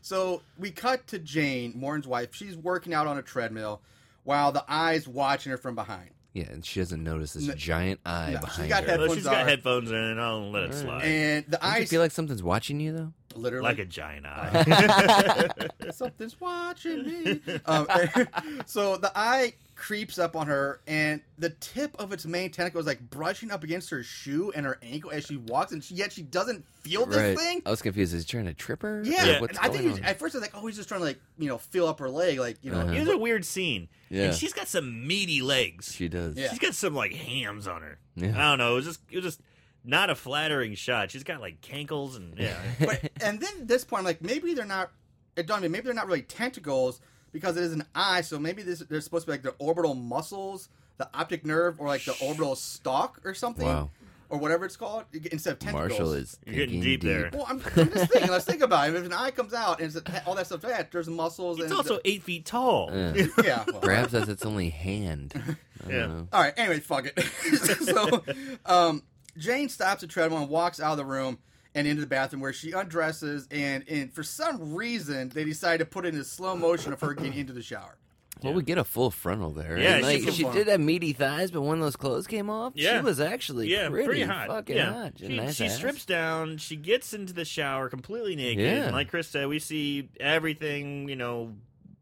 S1: So we cut to Jane, Warren's wife. She's working out on a treadmill while the eye's watching her from behind.
S3: Yeah, and she doesn't notice this
S1: No.
S3: giant eye
S1: No, she's
S3: behind
S1: got
S3: her.
S1: head-
S2: Well, she's got
S1: are-
S2: headphones in. I'll let it slide.
S1: And the
S3: Don't you
S1: eyes
S3: feel like something's watching you though?
S1: literally
S2: like a giant
S3: (laughs)
S2: eye.
S1: Something's watching me. Um, (laughs) so the eye creeps up on her, and the tip of its main tentacle is like brushing up against her shoe and her ankle as she walks, and she, yet she doesn't feel this thing.
S3: I was confused. Is he trying to trip her?
S1: Yeah,
S3: Or
S1: and
S3: Uh, what's
S1: I think
S3: going
S1: he's,
S3: on?
S1: at first I was like, oh, he's just trying to like you know feel up her leg, like you know.
S3: Uh-huh.
S2: it was a weird scene.
S3: Yeah.
S2: And she's got some meaty legs.
S3: she does.
S1: Yeah.
S2: She's got some like hams on her.
S3: Yeah.
S2: I don't know. It was just it was just not a flattering shot. She's got like cankles and
S3: (laughs)
S2: yeah.
S1: But and then at this point, I'm like, maybe they're not. It dawned on me, maybe they're not really tentacles because it is an eye. So maybe this they're supposed to be like the orbital muscles, the optic nerve, or like the orbital stalk or something,
S3: Wow.
S1: or whatever it's called instead of tentacles.
S3: Marshall is
S2: You're getting
S3: thinking
S2: deep
S3: (laughs)
S2: there.
S1: Well, I'm, I'm just thinking. Let's think about it. If an eye comes out and it's- all that stuff, yeah, there's muscles.
S2: It's
S1: and
S2: also eight feet tall.
S3: Yeah.
S1: (laughs) yeah. well,
S3: Perhaps that's its only hand. I don't
S2: (laughs) Yeah.
S3: know.
S1: all right. Anyway, fuck it. (laughs) so, um, Jane stops at treadmill and walks out of the room and into the bathroom where she undresses. And, and for some reason, they decide to put in a slow motion of her getting into the shower.
S3: Well, we get a full frontal there.
S2: Yeah,
S3: And, like,
S2: she's a
S3: she
S1: full
S3: did have meaty thighs, but when those clothes came off,
S2: Yeah.
S3: she was actually
S2: yeah,
S3: pretty,
S2: pretty, hot.
S3: fucking
S2: yeah.
S3: hot. She,
S2: She,
S3: nice
S2: she
S3: ass. (laughs)
S2: strips down. She gets into the shower completely naked.
S3: Yeah.
S2: And like Chris said, we see everything, you know,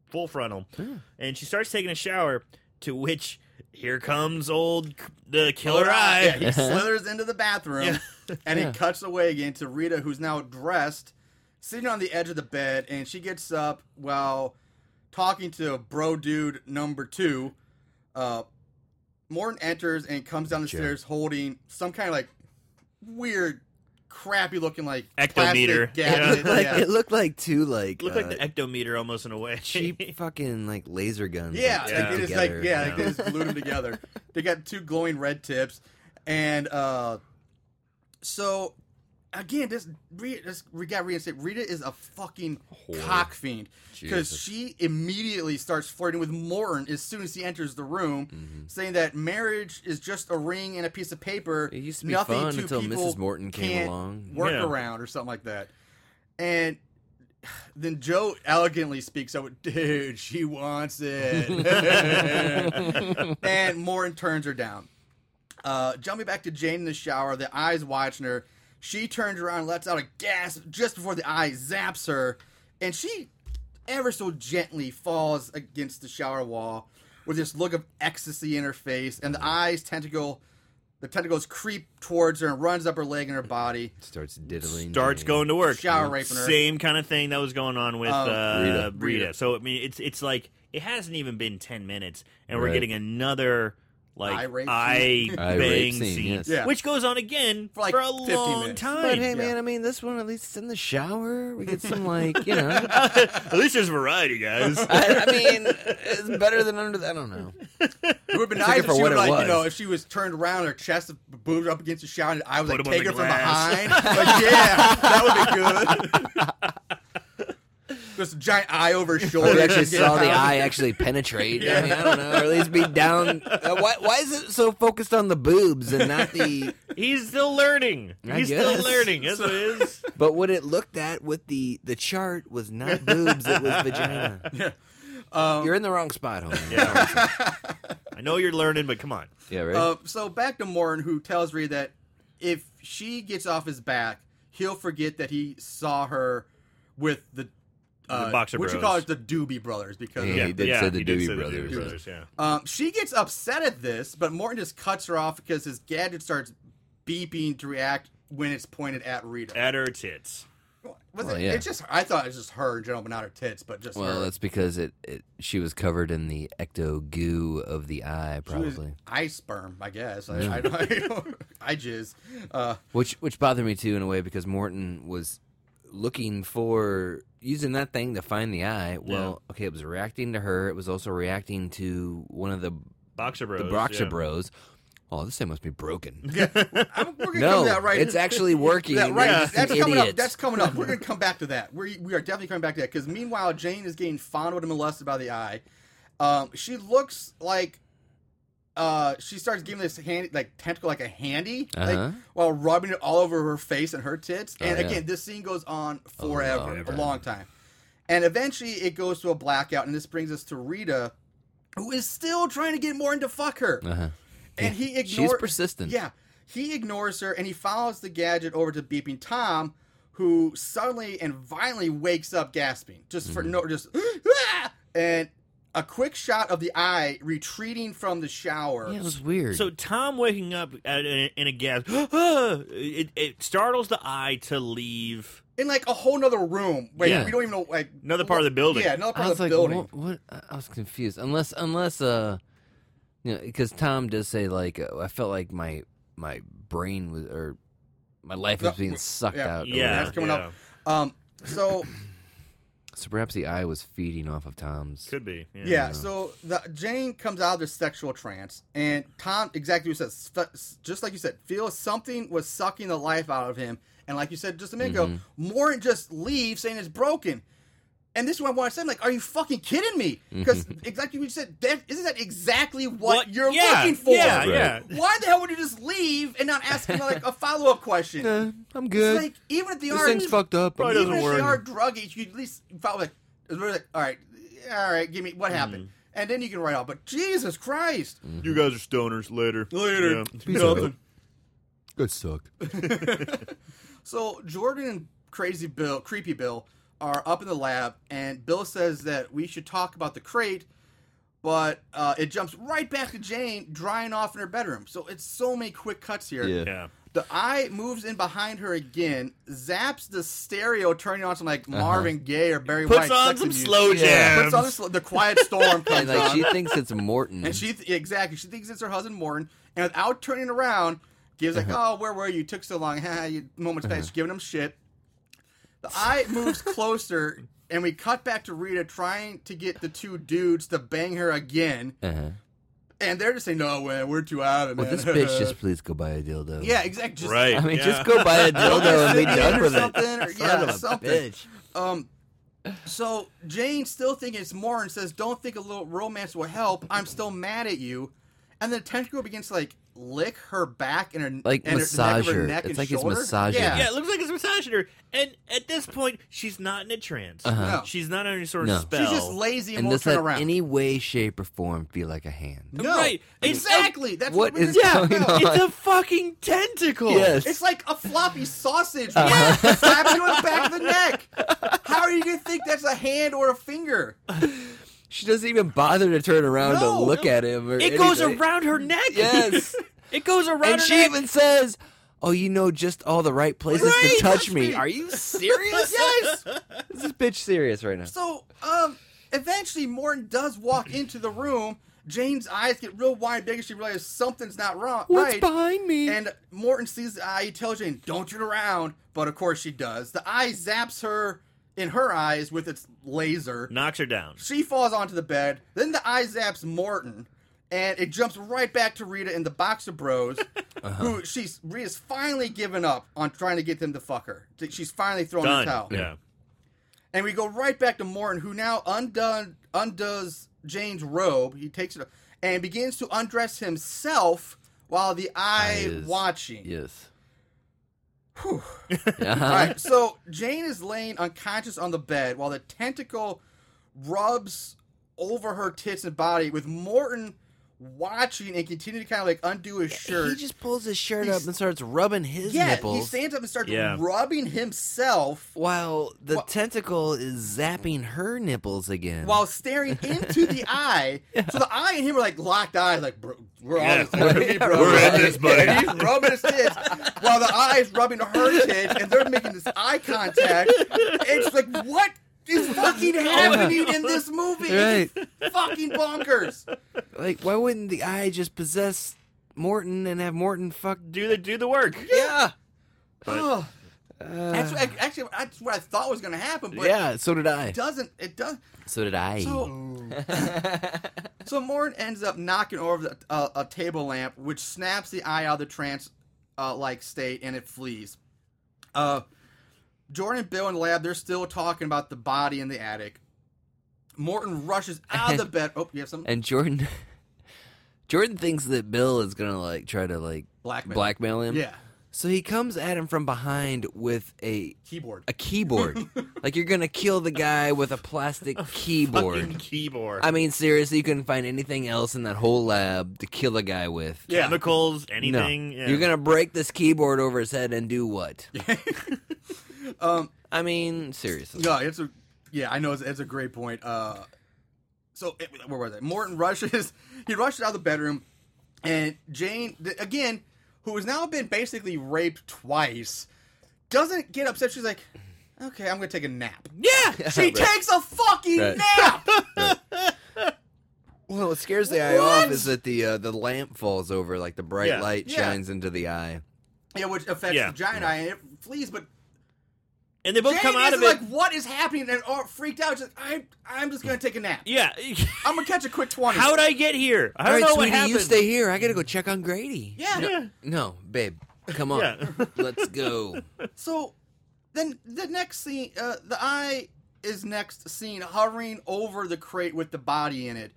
S2: full frontal. And she starts taking a shower. To which, here comes old k- the killer eye.
S1: Yeah,
S2: (laughs)
S3: (laughs)
S1: he slithers into the bathroom, and
S3: Yeah.
S1: it cuts away again to Rita, who's now dressed, sitting on the edge of the bed, and she gets up while talking to bro dude number two. Uh, Morton enters and comes down the
S3: Joe.
S1: stairs holding some kind of like weird, crappy looking like
S2: Ectometer.
S1: plastic
S2: Yeah.
S1: Gadget.
S3: (laughs) like
S1: Yeah.
S3: it looked like two like
S2: Looked
S3: uh,
S2: like the ectometer almost in a way. (laughs)
S3: cheap fucking like laser guns.
S1: Yeah,
S3: like,
S1: like,
S2: Yeah.
S1: they
S3: taped
S1: just like
S3: together.
S1: yeah, like, they just glued them together. They got two glowing red tips, and uh, so again, this Rita, this we got reinstated. Rita is a fucking
S3: Whore.
S1: cock fiend because
S3: Jesus.
S1: she immediately starts flirting with Morton as soon as he enters the room,
S3: Mm-hmm.
S1: saying that marriage is just a ring and a piece of paper.
S3: It used to be
S1: Nothing
S3: fun
S1: two
S3: until
S1: people
S3: Mrs. Morton came
S1: can't
S3: along.
S1: Work
S2: Yeah.
S1: around or something like that, and. Then Joe elegantly speaks up, dude, she wants it. and Morton turns her down. Uh, jumping back to Jane in the shower, the eye's watching her. She turns around and lets out a gasp just before the eye zaps her. And she ever so gently falls against the shower wall with this look of ecstasy in her face. And the eye's tentacle, the tentacles creep towards her and runs up her leg and her body.
S3: Starts diddling.
S2: starts
S3: Jane.
S2: going to work.
S1: Shower raping her.
S2: Same kind of thing that was going on with
S1: Um,
S2: uh,
S3: Rita.
S2: Rita.
S1: Rita.
S2: So I mean, it's it's like it hasn't even been ten minutes, and
S3: Right.
S2: we're getting another like
S1: Eye rape
S2: eye
S1: scene.
S3: Eye
S2: bang
S3: rape scene,
S2: scene,
S3: yes.
S1: Yeah.
S2: which goes on again
S1: For like
S2: for a
S1: 15
S2: long
S1: minutes.
S2: time.
S3: But hey,
S1: Yeah.
S3: man, I mean, this one at least it's in the shower. We get some like you know.
S2: (laughs) At least there's variety,
S3: (laughs)
S2: guys.
S3: I, I mean, it's better than under. The, I don't know.
S1: It would have been
S3: Took
S1: nice
S3: it
S1: if
S3: for
S1: she was
S3: what it
S1: like,
S3: was.
S1: you know, if she was turned around, her chest boomed up against the shower, and I was
S2: Put
S1: like,
S2: him on
S1: take
S2: the
S1: her from
S2: glass.
S1: behind. like, yeah, that would be
S3: (laughs)
S1: good. Just a giant eye over his shoulder.
S3: Or
S1: (laughs)
S3: we actually
S1: Just get
S3: saw the
S1: down.
S3: eye actually penetrate. I mean, I don't know. Or at least be down. Uh, why, why is it so focused on the boobs and not the?
S2: He's still learning.
S3: I
S2: He's
S3: guess.
S2: still learning. That's what it
S3: (laughs)
S2: is.
S3: But what it looked at with the the chart was not boobs. It was vagina.
S1: Yeah. Um,
S3: You're in the wrong spot, homie.
S2: Yeah. I know you're learning, but come on.
S3: Yeah, right.
S1: Uh, so back to Morton, who tells Rita that if she gets off his back, he'll forget that he saw her with the. Uh,
S2: The Boxer
S1: what you
S2: Bros.
S1: call it, the Doobie Brothers, because of
S3: Yeah, he did say the
S2: he did
S3: Doobie
S2: say the
S3: Brothers. uh,
S2: Yeah.
S1: Um, she gets upset at this, but Morton just cuts her off because his gadget starts beeping to react when it's pointed at Rita.
S2: At her tits.
S1: Was
S3: Well,
S1: it,
S3: yeah.
S1: It's just I thought it was just her in general, but not her tits, but just
S3: well,
S1: her.
S3: that's because it, it she was covered in the ecto goo of the eye,
S1: She was
S3: probably.
S1: I sperm, I guess. I, I, don't, (laughs) I jizz. Uh,
S3: Which which bothered me too in a way because Morton was looking for using that thing to find the eye. Well, okay, it was reacting to her. It was also reacting to one of the
S2: Boxer Bros.
S3: the Broxa
S2: yeah.
S3: Bros. Oh, this thing must
S1: (laughs)
S3: be broken.
S1: yeah, I'm- we're gonna
S3: no,
S1: come to that right.
S3: it's actually working.
S1: that right.
S3: They're just
S1: That's
S3: an
S1: coming
S3: idiot.
S1: up. That's coming up. We're
S3: (laughs)
S1: gonna come back to that. We we are definitely coming back to that because meanwhile, Jane is getting fondled and molested by the eye. Um, she looks like uh, she starts giving this handy, like tentacle, like a handy,
S3: Uh-huh. Oh,
S1: like while rubbing it all over her face and her tits. And
S3: yeah.
S1: again, this scene goes on forever,
S3: long
S1: a
S3: time.
S1: long time. And eventually, it goes to a blackout, and this brings us to Rita, who is still trying to get Morton to fuck her.
S3: Uh-huh.
S1: And he ignores.
S3: She's persistent.
S1: Yeah, he ignores her, and he follows the gadget over to beeping Tom, who suddenly and violently wakes up gasping, just
S3: Mm-hmm.
S1: for no, just (gasps) "Ah!" and a quick shot of the eye retreating from the shower.
S3: Yeah, it was weird.
S2: So Tom waking up at, in, in a gas, (gasps) it, it startles the eye to leave
S1: in like a whole nother room. Wait,
S2: Yeah.
S1: we don't even know like
S2: Another part of the building.
S1: Yeah, another part of
S3: I was
S1: the
S3: like,
S1: building.
S3: What, what? I I was confused. Unless, unless, uh, you know, because Tom does say like, uh, I felt like my my brain was or my life
S1: No,
S3: was being
S1: w-
S3: sucked
S1: yeah.
S3: out. or
S2: Yeah,
S1: That's coming up.
S2: yeah.
S1: Um, so
S3: So perhaps the eye was feeding off of Tom's.
S2: Could be. Yeah.
S1: Yeah, so the, Jane comes out of this sexual trance, and Tom, exactly what you said, sf- just like you said, feels something was sucking the life out of him. And like you said just a minute ago,
S3: Mm-hmm.
S1: Morton just leaves saying it's broken. And this is what I want to say. I'm like, are you fucking kidding me? Because
S3: Mm-hmm.
S1: (laughs) exactly what you said, that, isn't that exactly what,
S2: What-
S1: you're
S2: yeah,
S1: looking for?
S2: yeah, Right. yeah.
S1: Why the hell would you just leave and not ask him like a follow up question?
S3: (laughs) Eh, I'm
S1: It's
S3: good.
S1: like even if they
S3: this
S1: are
S3: thing's fucked up.
S2: Probably
S1: even
S2: doesn't
S1: if they
S2: work.
S1: are druggies, you at least follow like, it's really like, all right, all right, give me what happened,
S3: Mm.
S1: and then you can write off. But Jesus Christ,
S2: You guys are stoners. Later. (laughs)
S1: Later.
S2: Yeah.
S1: Nothing.
S3: That sucked.
S1: So Jordan and Crazy Bill, Creepy Bill, are up in the lab, and Bill says that we should talk about the crate, but uh, it jumps right back to Jane drying off in her bedroom. So it's so many quick cuts here.
S3: Yeah.
S2: Yeah.
S1: The eye moves in behind her again, zaps the stereo, turning on some like
S3: Uh-huh.
S1: Marvin Gaye or Barry White.
S2: Puts on
S1: sexy
S2: some
S1: music.
S2: slow
S3: Yeah.
S2: jams.
S1: Puts on the, sl- the quiet
S3: (laughs)
S1: storm comes
S3: And (laughs) like
S1: on,
S3: she thinks it's Morton.
S1: and she th- exactly she thinks it's her husband Morton, and without turning around, gives like,
S3: Uh-huh.
S1: "Oh, where were you? Took so long." Ha, you moments past, she's giving him shit. The eye moves closer, and we cut back to Rita trying to get the two dudes to bang her again,
S3: uh-huh. and
S1: and they're just saying, "No, man, we're too out of it."
S3: Well,
S1: man."
S3: this bitch just please go buy a
S1: (laughs)
S3: dildo.
S1: yeah, exactly. Just,
S2: right.
S1: (laughs)
S3: I mean,
S2: yeah.
S3: just go buy a dildo and be
S1: Or
S3: done with it.
S1: something, or-
S3: Son of
S1: yeah,
S3: a
S1: something.
S3: bitch.
S1: Um, so Jane still thinking it's more and says, "Don't think a little romance will help. I'm still mad at you." And the tentacle begins to like lick her back and her
S3: Like
S1: and her- the neck of
S3: massage her.
S1: her neck
S3: It's
S1: and
S3: like it's
S1: shoulder.
S3: massaging
S1: Yeah,
S3: her.
S2: Yeah, it looks like it's massaging her. And at this point, she's not in a trance.
S1: No.
S2: She's not under any sort of
S3: No.
S2: spell.
S1: she's just
S2: (laughs)
S1: lazy and,
S3: And
S1: won't
S3: does
S1: turn
S3: that
S1: around.
S3: any way, shape, or form feel like a hand?
S1: no,
S2: Right. It's-
S1: exactly. That's
S3: What
S1: what, we're
S3: is
S1: just talking
S3: going
S1: about.
S3: on?
S2: It's a fucking tentacle.
S3: Yes.
S1: It's like a floppy sausage
S3: Uh-huh.
S1: wrap slapped you in the back of the neck. How are you gonna think that's a hand or a finger?
S3: She doesn't even bother to turn around
S1: No.
S3: to look at him. Or
S2: It goes
S3: anything.
S2: around her neck.
S1: (laughs)
S3: Yes.
S2: (laughs) it goes around
S3: and
S2: her
S3: she
S2: neck.
S3: even says, "Oh, you know just all the right places
S1: Right,
S3: to touch
S1: touch
S3: me."
S1: me.
S3: Are (laughs) you serious?
S1: yes.
S3: Is this bitch serious right now?
S1: So, um, eventually Morton does walk into the room. Jane's eyes get real wide, big, and she realizes something's not wrong.
S3: What's
S1: right.
S3: behind me?
S1: And Morton sees the eye. He tells Jane, "Don't turn around," but of course she does. The eye zaps her in her eyes with its laser.
S2: knocks her down.
S1: She falls onto the bed. Then the eye zaps Morton, and it jumps right back to Rita and the Boxer
S3: (laughs)
S1: Bros,
S3: Uh-huh.
S1: who she's Rita's finally given up on trying to get them to fuck her. She's finally thrown
S2: Done.
S1: the towel.
S2: Yeah.
S1: And we go right back to Morton, who now undone undoes Jane's robe. He takes it and begins to undress himself while the eye
S3: Eyes.
S1: watching.
S3: yes.
S1: (laughs) All
S3: Uh,
S1: right. So Jane is laying unconscious on the bed while the tentacle rubs over her tits and body, with Morton watching and continuing to kind of like undo his shirt.
S3: He just pulls his shirt
S1: He's-
S3: up and starts rubbing his
S1: yeah, he
S3: nipples
S1: stands up and starts
S2: Yeah.
S1: rubbing himself
S3: while the
S1: Wha-
S3: tentacle is zapping her nipples again.
S1: while staring into the eye. So the eye and him are like locked eyes, like bro, we're on
S2: Yeah.
S1: this, we're, in it, bro.
S2: We're in this, buddy.
S1: And he's rubbing his tits while the eye is rubbing her tits, and they're making this eye contact. It's like what is fucking happening in this movie? It's fucking bonkers.
S3: like, why wouldn't the eye just possess Morton and have Morton fuck?
S2: Do the do the work.
S3: Yeah.
S1: Oh. that's what, actually that's what I thought was going to happen, but
S3: yeah. So did I.
S1: it doesn't. It does.
S3: So did I.
S1: So, (laughs) so Morton ends up knocking over the, uh, a table lamp, which snaps the eye out of the trance-like state, and it flees. Uh, Jordan, Bill, and Lab, they're still talking about the body in the attic. Morton rushes out of the bed. Oh, you have something?
S3: and Jordan (laughs) Jordan thinks that Bill is gonna like try to like
S1: Blackmail.
S3: blackmail him.
S1: Yeah.
S3: So he comes at him from behind with a
S1: Keyboard.
S3: a keyboard.
S1: (laughs)
S3: like you're gonna kill the guy with a plastic
S2: Fucking
S3: keyboard.
S2: keyboard.
S3: I mean, seriously, you couldn't find anything else in that whole lab to kill a guy with.
S1: Yeah.
S2: Chemicals,
S3: No.
S2: anything. Yeah.
S3: You're gonna break this keyboard over his head and do what?
S1: Um,
S3: I mean, seriously.
S1: no, it's a yeah. I know it's, it's a great point. Uh, so it, where was I? Morton rushes. (laughs) He rushes out of the bedroom, and Jane th- again, who has now been basically raped twice, doesn't get upset. She's like, "Okay, I'm gonna take a nap."
S2: Yeah.
S1: (laughs) She takes a fucking
S3: Right.
S1: nap.
S3: Well, what scares the eye
S1: What?
S3: off is that the uh, the lamp falls over, like the bright
S2: Yeah.
S3: light
S1: Yeah.
S3: shines into the eye.
S1: (laughs) yeah, which affects
S2: Yeah.
S1: the giant eye, and it flees. But
S2: And they both
S1: Jane
S2: come out
S1: is
S2: of it.
S1: like, "What is happening?" And all freaked out. She's like, "I, I'm just gonna take a nap.
S2: yeah.
S3: (laughs)
S2: (laughs)
S1: I'm gonna catch a quick 20.
S2: How'd I get here? I
S3: All
S2: don't
S3: right,
S2: know what
S3: sweetie,
S2: happened. (laughs)
S3: you stay here. I gotta go check on Grady.
S1: Yeah.
S2: yeah.
S3: No, babe, come on.
S2: Yeah.
S3: Let's go.
S1: So then the next scene, uh, the eye is next seen hovering over the crate with the body in it.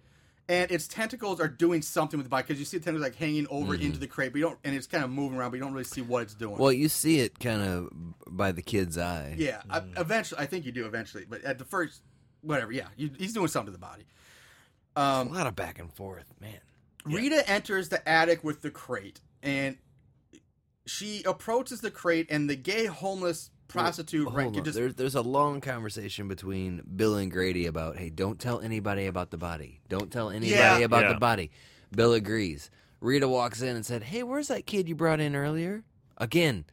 S1: And its tentacles are doing something with the body because you see the tentacles like hanging over into the crate, but you don't, and it's kind of moving around, but you don't really see what it's doing.
S3: Mm-hmm. Well, you see it kind of by the kid's eye.
S1: yeah, I,
S3: mm-hmm.
S1: eventually, I think you do eventually, but at the first, whatever, yeah, you, he's doing something to the body. Um,
S3: A lot of back and forth, man.
S1: Rita enters the attic with the crate, and she approaches the crate, and the gay homeless prostitute
S3: Hold
S1: right
S3: on.
S1: could just
S3: There- there's a long conversation between Bill and Grady about, hey, don't tell anybody about the body. Don't tell anybody
S1: Yeah.
S3: about
S2: Yeah.
S3: the body. Bill agrees. Rita walks in and said, hey, where's that kid you brought in earlier? Again,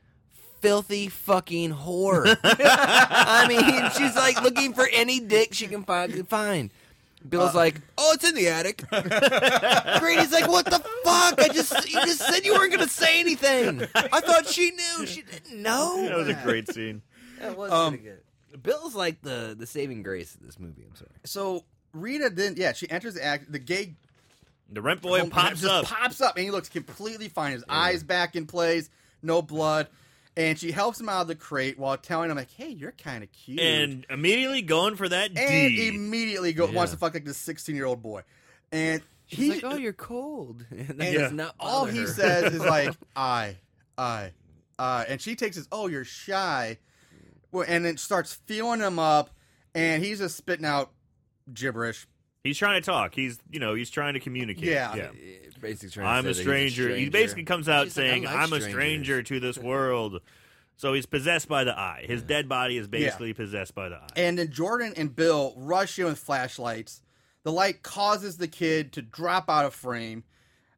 S3: filthy fucking whore.
S1: (laughs)
S3: I mean, she's like looking for any dick she can fi- can find. Bill's
S1: Uh.
S3: like, oh, it's in the attic. (laughs) Grady's like, what the fuck? I just you just said you weren't gonna say anything. I thought she knew. She didn't know.
S2: That
S3: (laughs)
S2: was a great scene.
S3: That was
S1: Um,
S3: pretty good. Bill's like the the saving grace of this movie. I'm sorry.
S1: So Rita then, yeah, she enters the act. The gay
S2: The rent
S3: Oh,
S2: boy
S1: home-
S2: pops
S1: just
S2: up.
S1: pops up, and he looks completely fine. His eyes back in place, no blood, and she helps him out of the crate while telling him like, "Hey, you're kind of cute,"
S2: and immediately going for that
S1: And
S2: D.
S1: immediately go, wants to
S3: Yeah.
S1: fuck like this 16 year old boy, and
S3: She's
S1: he
S3: like, "Oh, you're cold." (laughs) And that
S1: and
S3: does not
S1: (laughs) all
S3: bother
S1: he
S3: her.
S1: says
S3: (laughs)
S1: is like, "I, I, I," and she takes his, "Oh, you're shy," well, and then starts feeling him up, and he's just spitting out gibberish.
S2: he's trying to talk. He's you know he's trying to communicate.
S1: Yeah.
S3: Eh, basically trying to
S2: I'm
S3: say
S2: a
S3: that he's
S2: stranger. He basically comes out
S3: She's like, "I
S2: saying,
S3: like
S2: "I'm a
S3: strangers."
S2: stranger to
S3: (laughs)
S2: this world." So he's possessed by the eye. His dead body is basically possessed by the eye.
S1: And then Jordan and Bill rush in with flashlights. The light causes the kid to drop out of frame.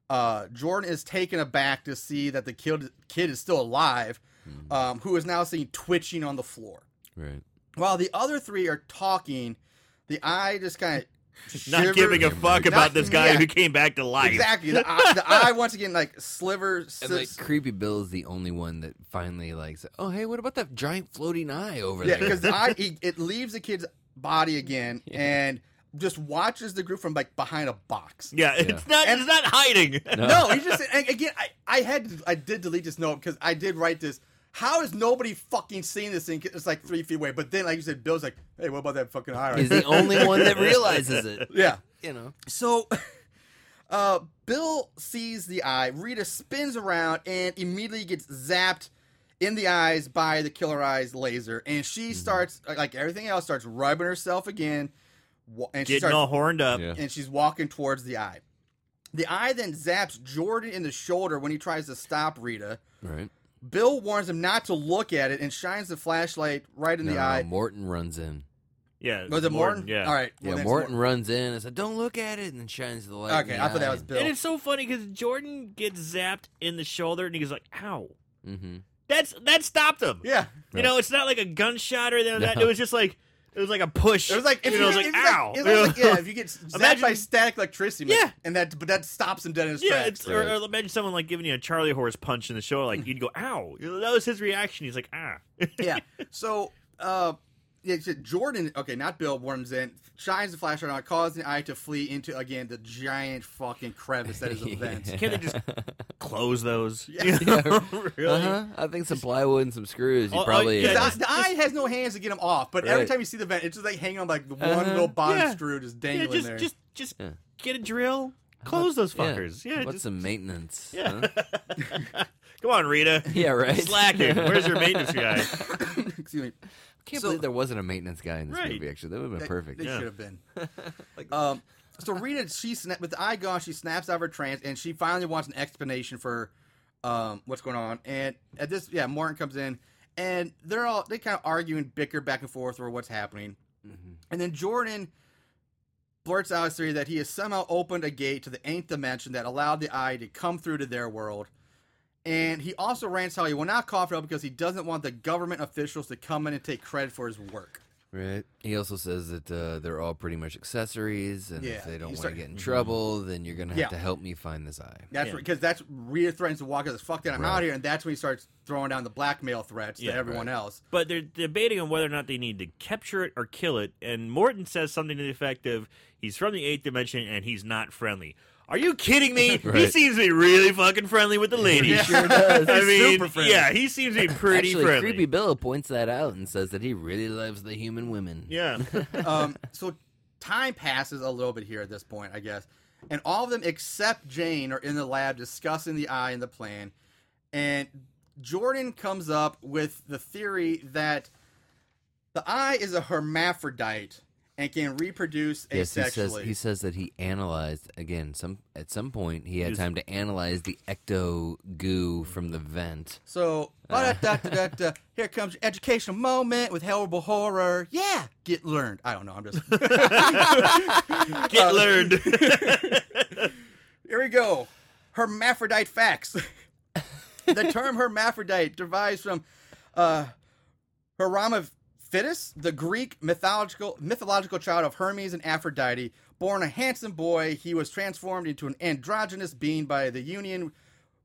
S1: Uh, Jordan is taken aback to see that the kid, kid is still alive, um, who is now seen twitching on the floor.
S3: Right.
S1: While the other three are talking, the eye just kind of
S2: Not giving a fuck about this guy
S1: yeah.
S2: who came back to life.
S1: Exactly. The eye, the eye once again like slivers.
S3: And like creepy Bill is the only one that finally like, said, "Oh, hey, what about that giant floating eye over
S1: Yeah,
S3: there?"
S1: because I he, it leaves the kid's body
S3: (laughs)
S1: again and just watches the group from like behind a box.
S2: Yeah, it's not.
S1: And-
S2: it's not hiding.
S1: (laughs) No, he just and again. I, I had I did delete this note because I did write this. How is nobody fucking seeing this thing? It's like three feet away. But then, like you said, Bill's like, "Hey, what about that fucking eye?" Right
S3: he's
S1: there?"
S3: the only one that realizes it.
S1: (laughs) yeah.
S3: You know.
S1: So, (laughs) uh, Bill sees the eye. Rita spins around and immediately gets zapped in the eyes by the killer eyes laser, and she
S3: Mm-hmm.
S1: starts like- like everything else starts rubbing herself again, wa- and she
S2: Getting
S1: starts
S2: all horned up.
S3: Yeah.
S1: and she's walking towards the eye. The eye then zaps Jordan in the shoulder when he tries to stop Rita.
S3: Right.
S1: Bill warns him not to look at it and shines the flashlight right in
S3: No,
S1: the
S3: no,
S1: eye.
S3: Morton runs in.
S2: Yeah.
S1: Was Oh, it Morton?
S2: Yeah.
S1: All right. well,
S3: Yeah,
S1: that's
S3: Morton runs in and said, "Don't look at it," and then shines the light. in
S1: Okay,
S3: the
S1: I thought that
S3: eye.
S1: was Bill.
S2: And it's so funny because Jordan gets zapped in the shoulder, and he's like, "Ow."
S3: Mhm.
S2: That's that stopped him.
S1: yeah.
S2: You know, it's not like a gunshot or that.
S3: No.
S2: It was just like it was like a push.
S1: It was like
S2: you
S1: if you,
S2: know, it was
S1: get-
S2: like
S1: if you get-
S2: ow.
S1: it
S2: You know?
S1: was like,
S2: (laughs)
S1: yeah, if you get zapped by
S2: Imagine-
S1: static electricity, man,
S2: Yeah.
S1: and that but that stops him dead in his
S2: Yeah,
S1: tracks.
S2: it's, or, or imagine someone like giving you a Charlie horse punch in the shoulder, like you'd go, "Ow!" You know, That was his reaction. He's like, "Ah."
S1: (laughs)
S2: (laughs)
S1: yeah. So, uh, yeah, so Jordan, okay, not Bill, warms in, shines the flashlight on, causing the eye to flee into again the giant fucking crevice that
S3: (laughs)
S1: is a
S2: (laughs)
S1: vent.
S2: Can't they just close those?
S1: Yeah.
S2: (laughs) You know? really?
S3: Uh-huh. I think some plywood and some screws. You
S2: Oh, oh,
S3: probably.
S2: yeah.
S3: uh,
S1: The, eye- the eye has no hands to get him off, but every
S3: Right.
S1: time you see the vent, it's just like hanging on like the one
S3: Uh-huh.
S1: little bottom
S2: Yeah.
S1: screw just
S2: Yeah,
S1: dangling
S2: just,
S1: there.
S2: just, just
S3: Yeah.
S2: get a drill, Close those fuckers. Yeah.
S3: What's
S2: just-
S3: some maintenance?
S2: yeah.
S3: huh?
S2: Come on, Rita.
S3: (laughs) Yeah, right.
S2: Slacking. Where's
S3: (laughs)
S2: your maintenance guy?
S1: (laughs) Excuse me.
S3: Can't
S1: So-
S3: believe there wasn't a maintenance guy in this
S2: Right.
S3: movie. Actually, that would have been
S1: They-
S3: perfect.
S1: They
S2: Yeah.
S1: should have been. (laughs) um, so Rita, she sna- with the eye gone, she snaps out of her trance, and she finally wants an explanation for um, what's going on. And at this, yeah, Martin comes in, and they're all they kind of argue and bicker back and forth over what's happening. And then Jordan blurts out his theory that he has somehow opened a gate to the eighth dimension that allowed the eye to come through to their world. And he also rants how he will not cough it up because he doesn't want the government officials to come in and take credit for his work.
S3: Right. He also says that uh, they're all pretty much accessories, and
S1: Yeah,
S3: if they don't
S1: you
S3: want
S1: start-
S3: to get in trouble, then you're gonna have
S1: Yeah.
S3: to help me find this eye.
S1: That's
S2: Mm-hmm. Yeah.
S1: because that's Rita threatens to walk out. This fuck that I'm
S3: Right.
S1: out of here, and that's when he starts throwing down the blackmail threats
S2: Yeah,
S1: to everyone
S3: (laughs)
S1: else.
S2: (laughs) But they're debating on whether or not they need to capture it or kill it. And Morton says something to the effect of, "He's from the eighth dimension and he's not friendly." Are you kidding me? He
S3: Right.
S2: seems to be really fucking friendly with the ladies.
S1: sure
S2: (laughs) does. I
S1: He's
S2: mean,
S1: super friendly.
S2: yeah, he seems to be pretty
S3: Actually,
S2: friendly.
S3: creepy Bill points that out and says that he really loves the human women.
S2: Yeah,
S1: Um, so time passes a little bit here at this point, I guess, and all of them except Jane are in the lab discussing the eye and the plan. And Jordan comes up with the theory that the eye is a hermaphrodite and can reproduce
S3: Yes, he
S1: asexually.
S3: says he says that he analyzed again. Some at some point he had
S2: Yes.
S3: time to analyze the ecto goo from the vent.
S1: So,
S3: Uh.
S1: ba-da-da-da-da-da, here comes your educational moment with horrible horror. Yeah, get learned. I don't know. I'm
S3: (laughs)
S1: just.
S2: get learned.
S1: here we go. Hermaphrodite facts. the term hermaphrodite derives from uh, Hermaphroditus, the Greek mythological mythological child of Hermes and Aphrodite. Born a handsome boy, he was transformed into an androgynous being by the union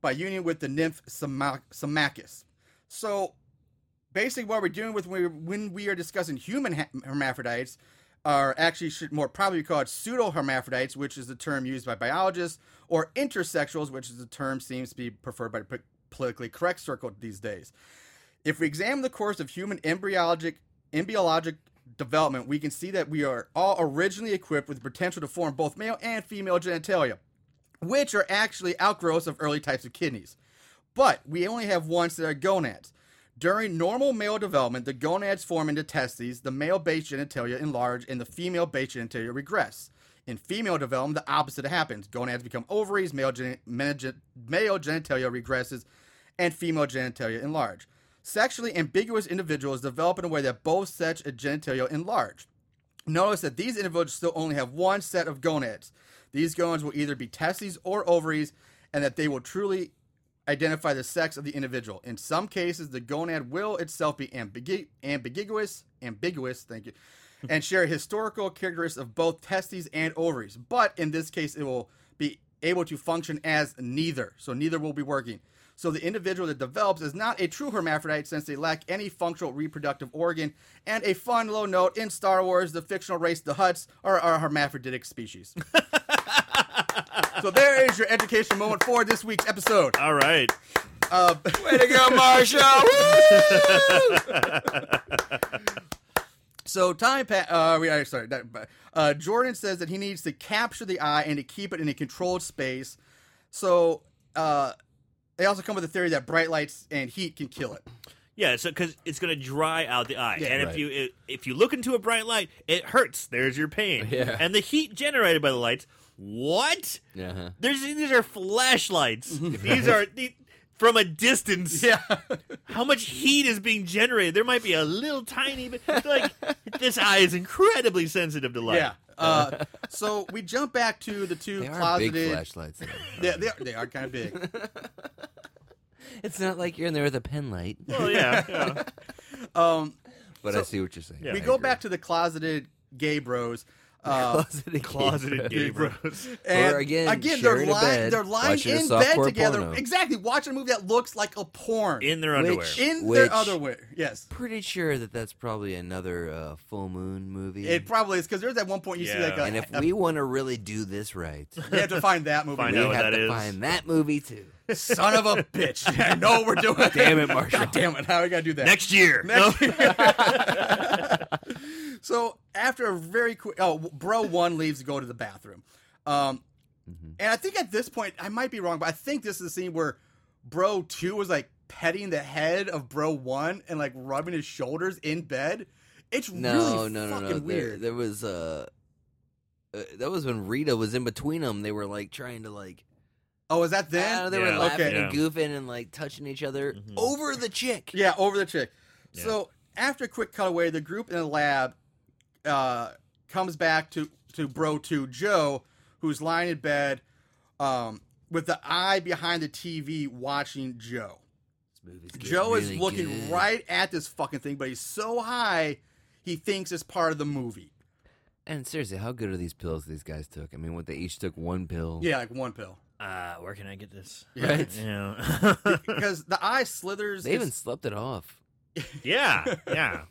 S1: by union with the nymph Sima- Symmachus. So basically what we're doing with when we, when we are discussing human ha- hermaphrodites are actually should more probably be called pseudo hermaphrodites, which is the term used by biologists, or intersexuals, which is the term seems to be preferred by the p- politically correct circle these days. If we examine the course of human embryologic embryologic development, we can see that we are all originally equipped with the potential to form both male and female genitalia, which are actually outgrowths of early types of kidneys but we only have ones that are gonads. During normal male development, the gonads form into testes, the male based genitalia enlarge, and the female based genitalia regress. In female development, the opposite happens. Gonads become ovaries, male, gen- men- gen- male genitalia regresses, and female genitalia enlarge. Sexually ambiguous individuals develop in a way that both sets of genitalia enlarge. Notice that these individuals still only have one set of gonads. These gonads will either be testes or ovaries, and that they will truly identify the sex of the individual. In some cases, the gonad will itself be ambigu- ambiguous, ambiguous, thank you, and share historical characteristics of both testes and ovaries. But in this case, it will be able to function as neither, so neither will be working. So the individual that develops is not a true hermaphrodite since they lack any functional reproductive organ. And a fun low note in Star Wars, the fictional race the Huts are a hermaphroditic species. so there is your education moment for this week's episode.
S2: All right.
S1: Uh, Way to go, so time pa- uh, we are sorry. that- but, Uh, Jordan says that he needs to capture the eye and to keep it in a controlled space. So uh, they also come with the theory that bright lights and heat can
S2: (laughs)
S1: kill it.
S2: Yeah, so because it's going to dry out the eye,
S1: Yeah.
S2: and if
S3: Right.
S2: you i if you look into a bright light, it hurts. There's your pain,
S3: Yeah.
S2: and the heat generated by the lights. What?
S3: Uh-huh.
S2: There's these are flashlights. these are the, from a distance.
S1: Yeah,
S2: How much heat is being generated? There might be a little tiny bit. Like this eye is incredibly sensitive to light.
S1: yeah. Uh, so we jump back to the two
S3: They are big
S1: closeted.
S3: flashlights. though.
S1: They, they, are, they are kind of big.
S3: (laughs) it's not like you're in there with a pen light.
S2: Well, Oh, yeah, yeah. (laughs)
S1: Um,
S3: (laughs) But
S1: So-
S3: I see what you're saying.
S2: Yeah.
S1: we
S2: I
S3: (laughs)
S1: go back to the closeted gay bros. Uh,
S3: (laughs) closeted,
S2: Closeted gay bros.
S1: And
S3: Or again,
S1: they're
S3: sharing a
S1: lying.
S3: bed,
S1: they're lying
S3: watching a
S1: in bed
S3: softcore
S1: together.
S3: porno.
S1: Exactly, watching a movie that looks like a porn
S2: in their underwear.
S1: in
S3: Which-
S1: their other way. Yes,
S3: Pretty sure that that's probably another uh, full moon movie.
S1: it probably is because there's that one point you see
S2: Yeah.
S1: like a,
S3: and if we want to really do
S1: (laughs)
S3: this right,
S1: you have to find that movie.
S2: Find
S3: we
S2: know out what
S3: have
S2: that
S3: to
S2: is.
S3: find that movie
S1: (laughs)
S3: too.
S1: Son of a (laughs) bitch! I know what we're doing.
S3: (laughs) Damn it, Marshall.
S1: God damn it! How we gotta do that
S2: (laughs) Next year.
S1: (laughs)
S3: (laughs)
S1: Next
S2: No?
S1: (laughs) So after a very quick, oh, bro, one leaves to go to the bathroom. Um,
S3: Mm-hmm.
S1: And I think at this point, I might be wrong, but I think this is the scene where Bro 2 was like petting the head of Bro 1 and like rubbing his shoulders in bed. It's
S3: No,
S1: really
S3: no, no,
S1: fucking
S3: no. There- There,
S1: weird.
S3: was uh, uh, that was when Rita was in between them. They were like trying to like,
S1: oh, is that
S3: I don't
S1: then?
S3: know, Uh, they
S2: Yeah.
S3: were
S2: Okay.
S3: laughing
S2: Yeah.
S3: and goofing and like touching each other
S2: Mhm.
S3: over the chick.
S1: Mm-hmm. Yeah, over the chick.
S2: Yeah.
S1: So after a quick cutaway, the group in the lab uh, comes back to to Bro Two Joe, who's lying in bed um, with the eye behind the TV watching Joe.
S3: This movie's getting
S1: Joe
S3: really
S1: is looking
S3: good.
S1: right at this fucking thing, but he's so high he thinks it's part of the movie.
S3: And seriously, how good are these pills these guys took? I mean, what they each took one pill.
S1: Yeah, like one pill.
S2: (laughs) Uh, where can I get this?
S3: Right.
S2: Yeah. (laughs)
S1: Because the eye slithers
S3: They even
S1: its-
S3: slept it off.
S2: yeah. Yeah.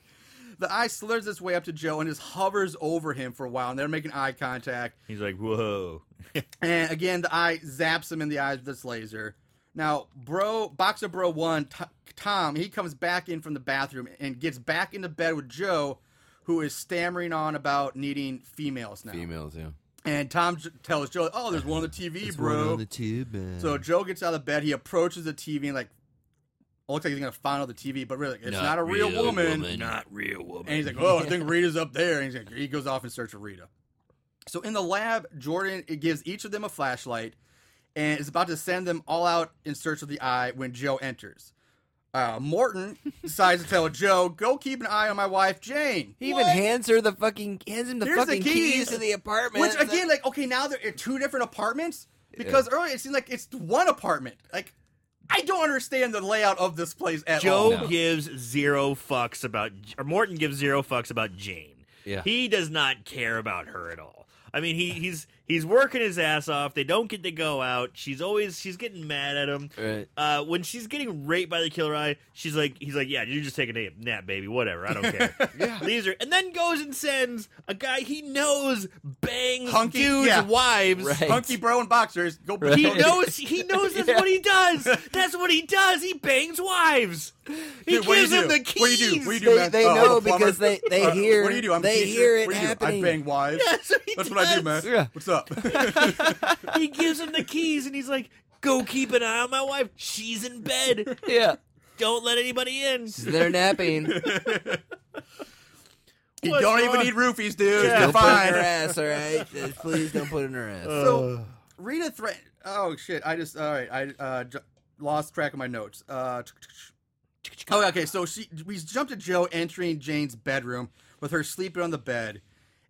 S1: the eye slithers its way up to Joe and just hovers over him for a while and they're making eye contact.
S2: He's like, whoa.
S1: And again, the eye zaps him in the eyes with this laser. Now, bro, boxer bro one, T- Tom, he comes back in from the bathroom and gets back into bed with Joe, who is stammering on about needing females now.
S3: Females, yeah.
S1: And Tom j- tells Joe, "Oh, there's one on the TV,
S3: This one
S1: bro."
S3: on the tube. uh,
S1: so Joe gets out of bed. He approaches the TV and like looks like he's gonna find out the TV, but really, it's not, a real, woman.
S3: Not real woman.
S1: And he's like, "Oh, I think Rita's up there." And he's like, he goes off in search of Rita. So in the lab, Jordan it gives each of them a flashlight and is about to send them all out in search of the eye when Joe enters. Uh, Morton decides to tell Joe, "Go keep an eye on my wife, Jane."
S3: He even
S1: What?
S3: hands her the fucking hands him the
S1: Here's the
S3: fucking
S1: keys.
S3: keys.
S1: (laughs)
S3: to the apartment.
S1: Which again, like, okay, now they're in two different apartments because earlier it seemed like it's one apartment. Like, I don't understand the layout of this place at all.
S2: Joe
S3: No.
S2: gives zero fucks about, or Morton gives zero fucks about Jane.
S3: Yeah.
S2: He does not care about her at all. I mean, he, he's he's working his ass off. They don't get to go out. She's always she's getting mad at him.
S3: Right.
S2: Uh, when she's getting raped by the killer eye, she's like, he's like, yeah, you just take a nap, nap, baby, whatever, I don't care.
S3: Yeah.
S2: Leaves her, and then goes and sends a guy he knows bangs
S1: Hunky-
S2: dudes'
S1: yeah.
S2: wives.
S3: Right.
S1: Hunky bro and boxers go.
S3: Right.
S1: (laughs)
S2: He knows. He knows that's
S3: Yeah.
S2: what he does. That's what he does. He bangs wives. He
S1: Dude, what do you
S2: gives them
S1: do?
S2: the keys.
S1: What do you do? What do you do?
S3: They,
S1: man.
S3: they
S1: Oh, I'm
S3: know
S1: a plumber.
S3: because they, they
S1: Uh,
S3: hear
S1: What do you do? I'm a
S3: they
S1: teacher.
S3: hear it
S1: what do you
S3: happening.
S1: Do? I bang
S3: (laughs)
S1: wives.
S2: (laughs) That's what he
S1: I do, man.
S2: does.
S3: Yeah.
S1: What's
S2: (laughs)
S1: up?
S2: He gives him the keys, and he's like, "Go keep an eye on my wife. She's in bed.
S3: Yeah,
S2: Don't let anybody in."
S1: (laughs)
S3: they're napping.
S1: you
S2: What's
S1: don't even
S2: wrong?
S1: need roofies, dude.
S2: Yeah.
S1: You're
S3: Don't put it
S1: fine.
S3: in her
S1: Uh,
S3: ass, all right? Just Please don't put it in her ass.
S1: So Rita threat. Oh shit! I just all right. I uh, j- lost track of my notes. Uh, oh, okay. So she we jumped to Joe entering Jane's bedroom with her sleeping on the bed,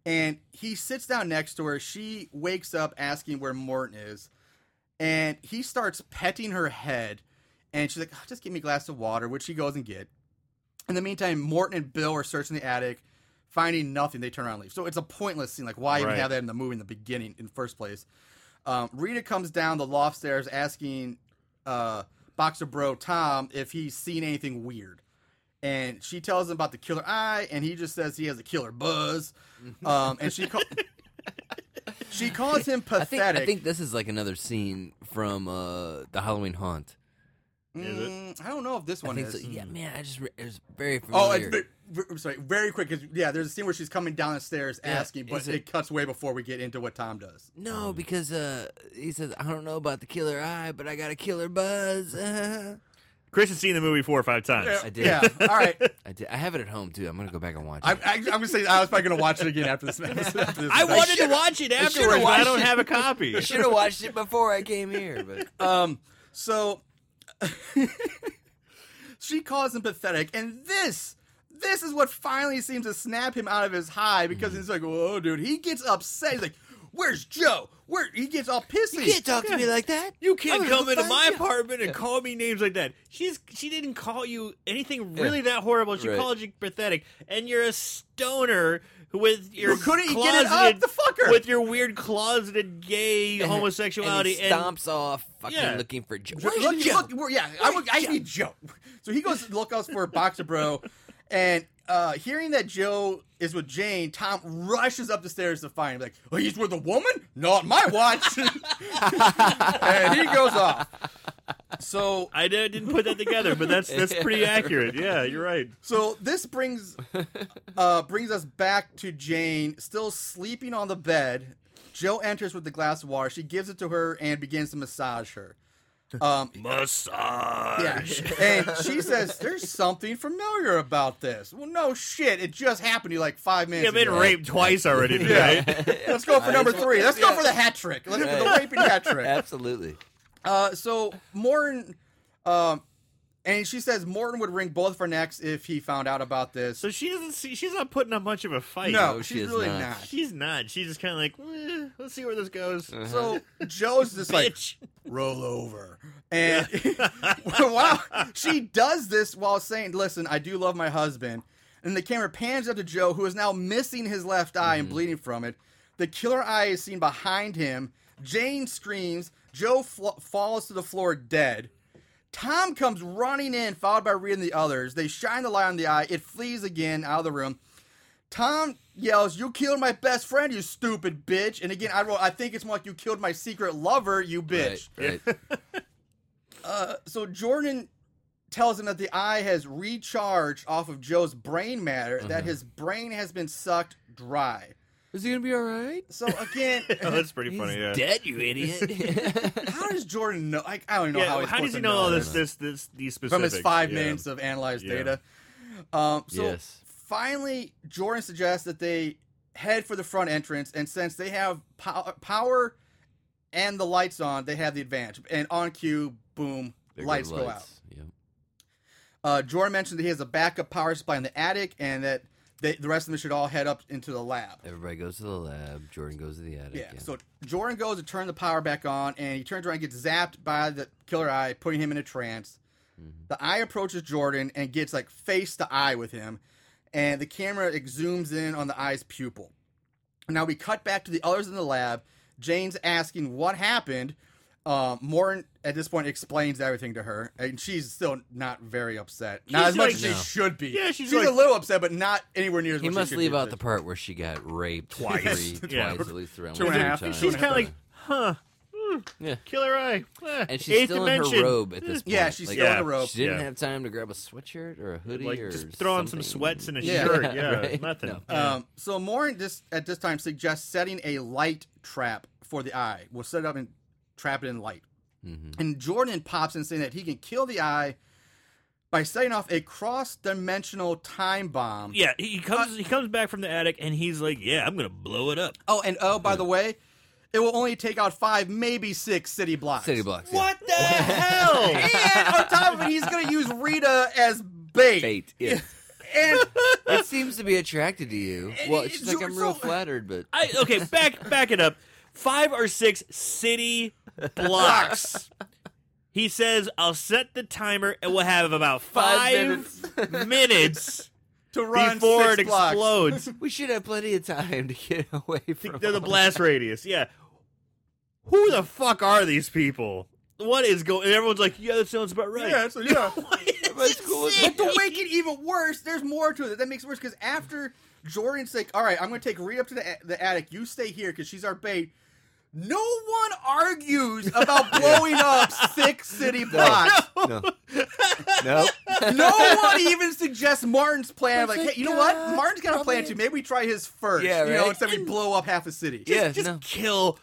S1: and he sits down next to her. She wakes up asking where Morton is, and he starts petting her head, and she's like, "Oh, "Just give me a glass of water," which she goes and get. In the meantime, Morton and Bill are searching the attic, finding nothing. They turn around and leave. So it's a pointless scene. Like, why even
S2: Right.
S1: have that in the movie in the beginning in the first place? Um, Rita comes down the loft stairs asking uh, Boxer Bro Tom if he's seen anything weird. And she tells him about the killer eye, and he just says he has a killer buzz. Um, and she, ca- she calls him
S3: I think
S1: pathetic.
S3: I think this is like another scene from uh, the Halloween Haunt.
S2: Is it?
S1: Mm, I don't know if this
S3: I
S1: one
S3: think
S1: is. Mm.
S3: so. Yeah, man, I just re- it was very
S1: Oh,
S3: familiar.
S1: it's ve- ve- I'm sorry, very quick. 'cause, yeah, there's a scene where she's coming down the stairs
S3: Yeah,
S1: asking, but
S3: is
S1: it,
S3: it-
S1: cuts way before we get into what Tom does.
S3: no, because uh, he says I don't know about the killer eye, but I got a killer buzz. (laughs) Uh-huh.
S2: Chris has seen the movie four or five times.
S1: Yeah,
S3: I did.
S1: Yeah, all right. (laughs)
S3: I did. I have it at home too. I'm gonna go back and watch
S1: I,
S3: it.
S1: I, I'm gonna say I was probably gonna watch it again after this. (laughs) After this
S2: I wanted to
S3: should've-
S2: watch it
S3: should've
S2: afterwards, but I
S3: watched
S2: don't
S3: it.
S2: have
S1: (laughs)
S2: a copy. (laughs)
S3: Should have watched it before I came here, but
S1: Um, so (laughs) she calls him pathetic, and this this is what finally seems to snap him out of his high because
S3: Mm-hmm.
S1: he's like, "Whoa, dude!" He gets upset. He's like, "Where's Joe?" Where he gets all pissy.
S3: (laughs) you can't talk to me like that.
S2: You can't
S3: I'm gonna
S2: come
S3: go
S2: into
S3: find
S2: my
S3: you.
S2: apartment and call me names like that. She's she didn't call you anything really that horrible. She
S3: Right.
S2: called you pathetic, and you're a stoner who with your
S1: You couldn't even get it up,
S2: closeted-
S1: the fucker.
S2: with your weird closeted gay homosexuality.
S3: and he stomps off, fucking
S2: Yeah.
S3: looking for Joe.
S1: Look,
S3: Where's
S1: look,
S3: Joe?
S1: look, we're- yeah, I, would, I need Joe. (laughs) So he goes to look out for Boxer Bro, and uh, hearing that Joe is with Jane, Tom rushes up the stairs to find him. Like, oh, he's (laughs) with a woman? Not my watch. and he goes off. So
S2: I did- didn't put that together,
S1: (laughs)
S2: but that's that's pretty accurate. Yeah, you're right.
S1: So this brings uh, brings us back to Jane still sleeping on the bed. Joe enters with the glass of water. She gives it to her and begins to massage her. Um,
S2: Massage.
S1: yeah, and she says, "There's something familiar about this." Well, no shit, it just happened to you like five minutes.
S2: You've been
S1: ago.
S2: raped twice already,
S1: Yeah.
S2: right?
S1: (laughs) Let's go for
S3: (laughs)
S1: number
S3: Might as well.
S1: three. Let's go for the hat trick. Let's go for the
S3: Right.
S1: raping hat trick.
S3: (laughs) Absolutely.
S1: Uh, so Morton, um, and she says Morton would wring both of our necks if he found out about this.
S2: So she doesn't see. She's not putting up much of a fight.
S1: no,
S3: No, she
S1: she's
S3: is
S1: really
S3: not.
S1: not.
S2: she's not. She's just kind of like, "Eh, let's see where this goes.
S3: (laughs)
S1: So Joe's just like
S2: Bitch.
S1: roll over, and (laughs) wow, she does this while saying, "Listen, I do love my husband." And the camera pans up to Joe, who is now missing his left eye and bleeding from it. The killer eye is seen behind him. Jane screams. Joe fl- falls to the floor dead. Tom comes running in, followed by Reed and the others. They shine the light on the eye. It flees again out of the room. Tom yells, "You killed my best friend, you stupid bitch!" And again, I wrote, "I think it's more like you killed my secret lover, you bitch."
S3: Right, right.
S1: Uh, so Jordan tells him that the eye has recharged off of Joe's brain matter,
S2: Mm-hmm.
S1: that his brain has been sucked dry.
S3: Is he gonna be all right?
S2: (laughs)
S1: So again,
S2: oh, that's pretty funny. Yeah.
S3: Dead, (laughs) you idiot.
S1: how does Jordan know? I, I don't know
S2: Yeah,
S1: how. He's
S2: how does
S1: supposed
S2: he
S1: to
S2: know all this,
S3: know.
S2: this, this, these specifics?
S1: from his five
S2: yeah.
S1: minutes of analyzed
S2: Yeah.
S1: data. Um, so
S3: Yes.
S1: finally, Jordan suggests that they head for the front entrance, and since they have pow- power and the lights on, they have the advantage. And on cue, boom,
S3: There
S1: (laughs) lights
S3: go
S1: go out.
S3: Yep.
S1: Uh, Jordan mentioned that he has a backup power supply in the attic, and that they, the rest of them should all head up into the lab.
S3: Everybody goes to the lab. Jordan goes to the attic.
S1: Yeah. So Jordan goes to turn the power back on, and he turns around and gets zapped by the killer eye, putting him in a trance.
S3: Mm-hmm.
S1: The eye approaches Jordan and gets like face to eye with him, and the camera like, zooms in on the eye's pupil. Now we cut back to the others in the lab. Jane's asking what happened. Uh, Morton at this point explains everything to her, and she's still not very upset. Not
S2: She's
S1: as much
S2: like-
S1: as she
S3: No.
S1: should be.
S2: Yeah, she's
S1: she's a
S2: like-
S1: little upset, but not anywhere near as
S3: he
S1: much.
S3: must
S1: as she
S3: leave
S1: should
S3: out
S1: be.
S3: the part where she got raped twice, three,
S2: Yeah.
S3: twice at least around
S1: Two and a half.
S3: Times.
S1: She's
S2: She's kind of like, huh? mm,
S3: Yeah.
S2: Killer eye. eh,
S3: and she's
S2: eighth
S3: still
S2: dimension. hmm.
S3: in her robe at this point.
S1: Yeah, she's
S3: like,
S1: still on
S2: yeah,
S1: the rope.
S3: She didn't
S2: Yeah.
S3: have time to grab a sweatshirt or a hoodie
S2: Like
S3: or
S2: just throw on some
S3: something.
S2: sweats and a
S1: Yeah.
S2: shirt.
S3: Yeah,
S2: Yeah,
S3: (laughs) right.
S2: nothing. Uh,
S3: No.
S2: Yeah.
S1: Um, so Morin just at this time suggests setting a light trap for the eye. We'll set it up and trap it in light. And Jordan pops in saying that he can kill the eye by setting off a cross-dimensional time bomb.
S2: yeah, he comes. he comes back from the attic and he's like, "Yeah, I'm gonna blow it up."
S1: Oh, and oh, by the way, it will only take out five, maybe six city blocks.
S3: City blocks. yeah.
S2: What the
S3: (laughs)
S2: hell?
S1: And on top of it, he's going to use Rita as bait.
S3: Fate. Yeah.
S1: And
S3: (laughs) it seems to be attracted to you. Well, she's like,
S1: Jordan-
S3: I'm real
S1: so-
S3: flattered, but
S2: I okay, back back it up. Five or six city blocks. He says, "I'll set the timer, and we'll have about five, minutes,
S1: to run
S2: (laughs) before
S1: six
S2: it
S1: blocks.
S2: (laughs) explodes."
S3: we should have plenty of time to get (laughs) away from
S2: (laughs) They're the
S3: all
S2: blast radius. Yeah. Who the fuck are these people? What is going? And everyone's like, "Yeah, that sounds about right."
S1: Yeah, so (laughs) yeah.
S2: It's insane.
S1: But to make it even worse, there's more to it. That makes it worse because after Jordan's like, all right, I'm going to take Reed up to the, the attic. You stay here because she's our bait. No one
S3: (laughs)
S1: argues about blowing up six city blocks.
S3: No. (laughs) no.
S1: No one even suggests Martin's plan. Like,
S3: Perfect
S1: hey, you know what?
S3: God,
S1: Martin's got a plan
S3: brilliant.
S1: too. Maybe we try his first.
S3: Yeah,
S1: You know,
S3: right?
S1: instead we blow up half a city.
S3: Yeah,
S2: just
S3: no.
S2: kill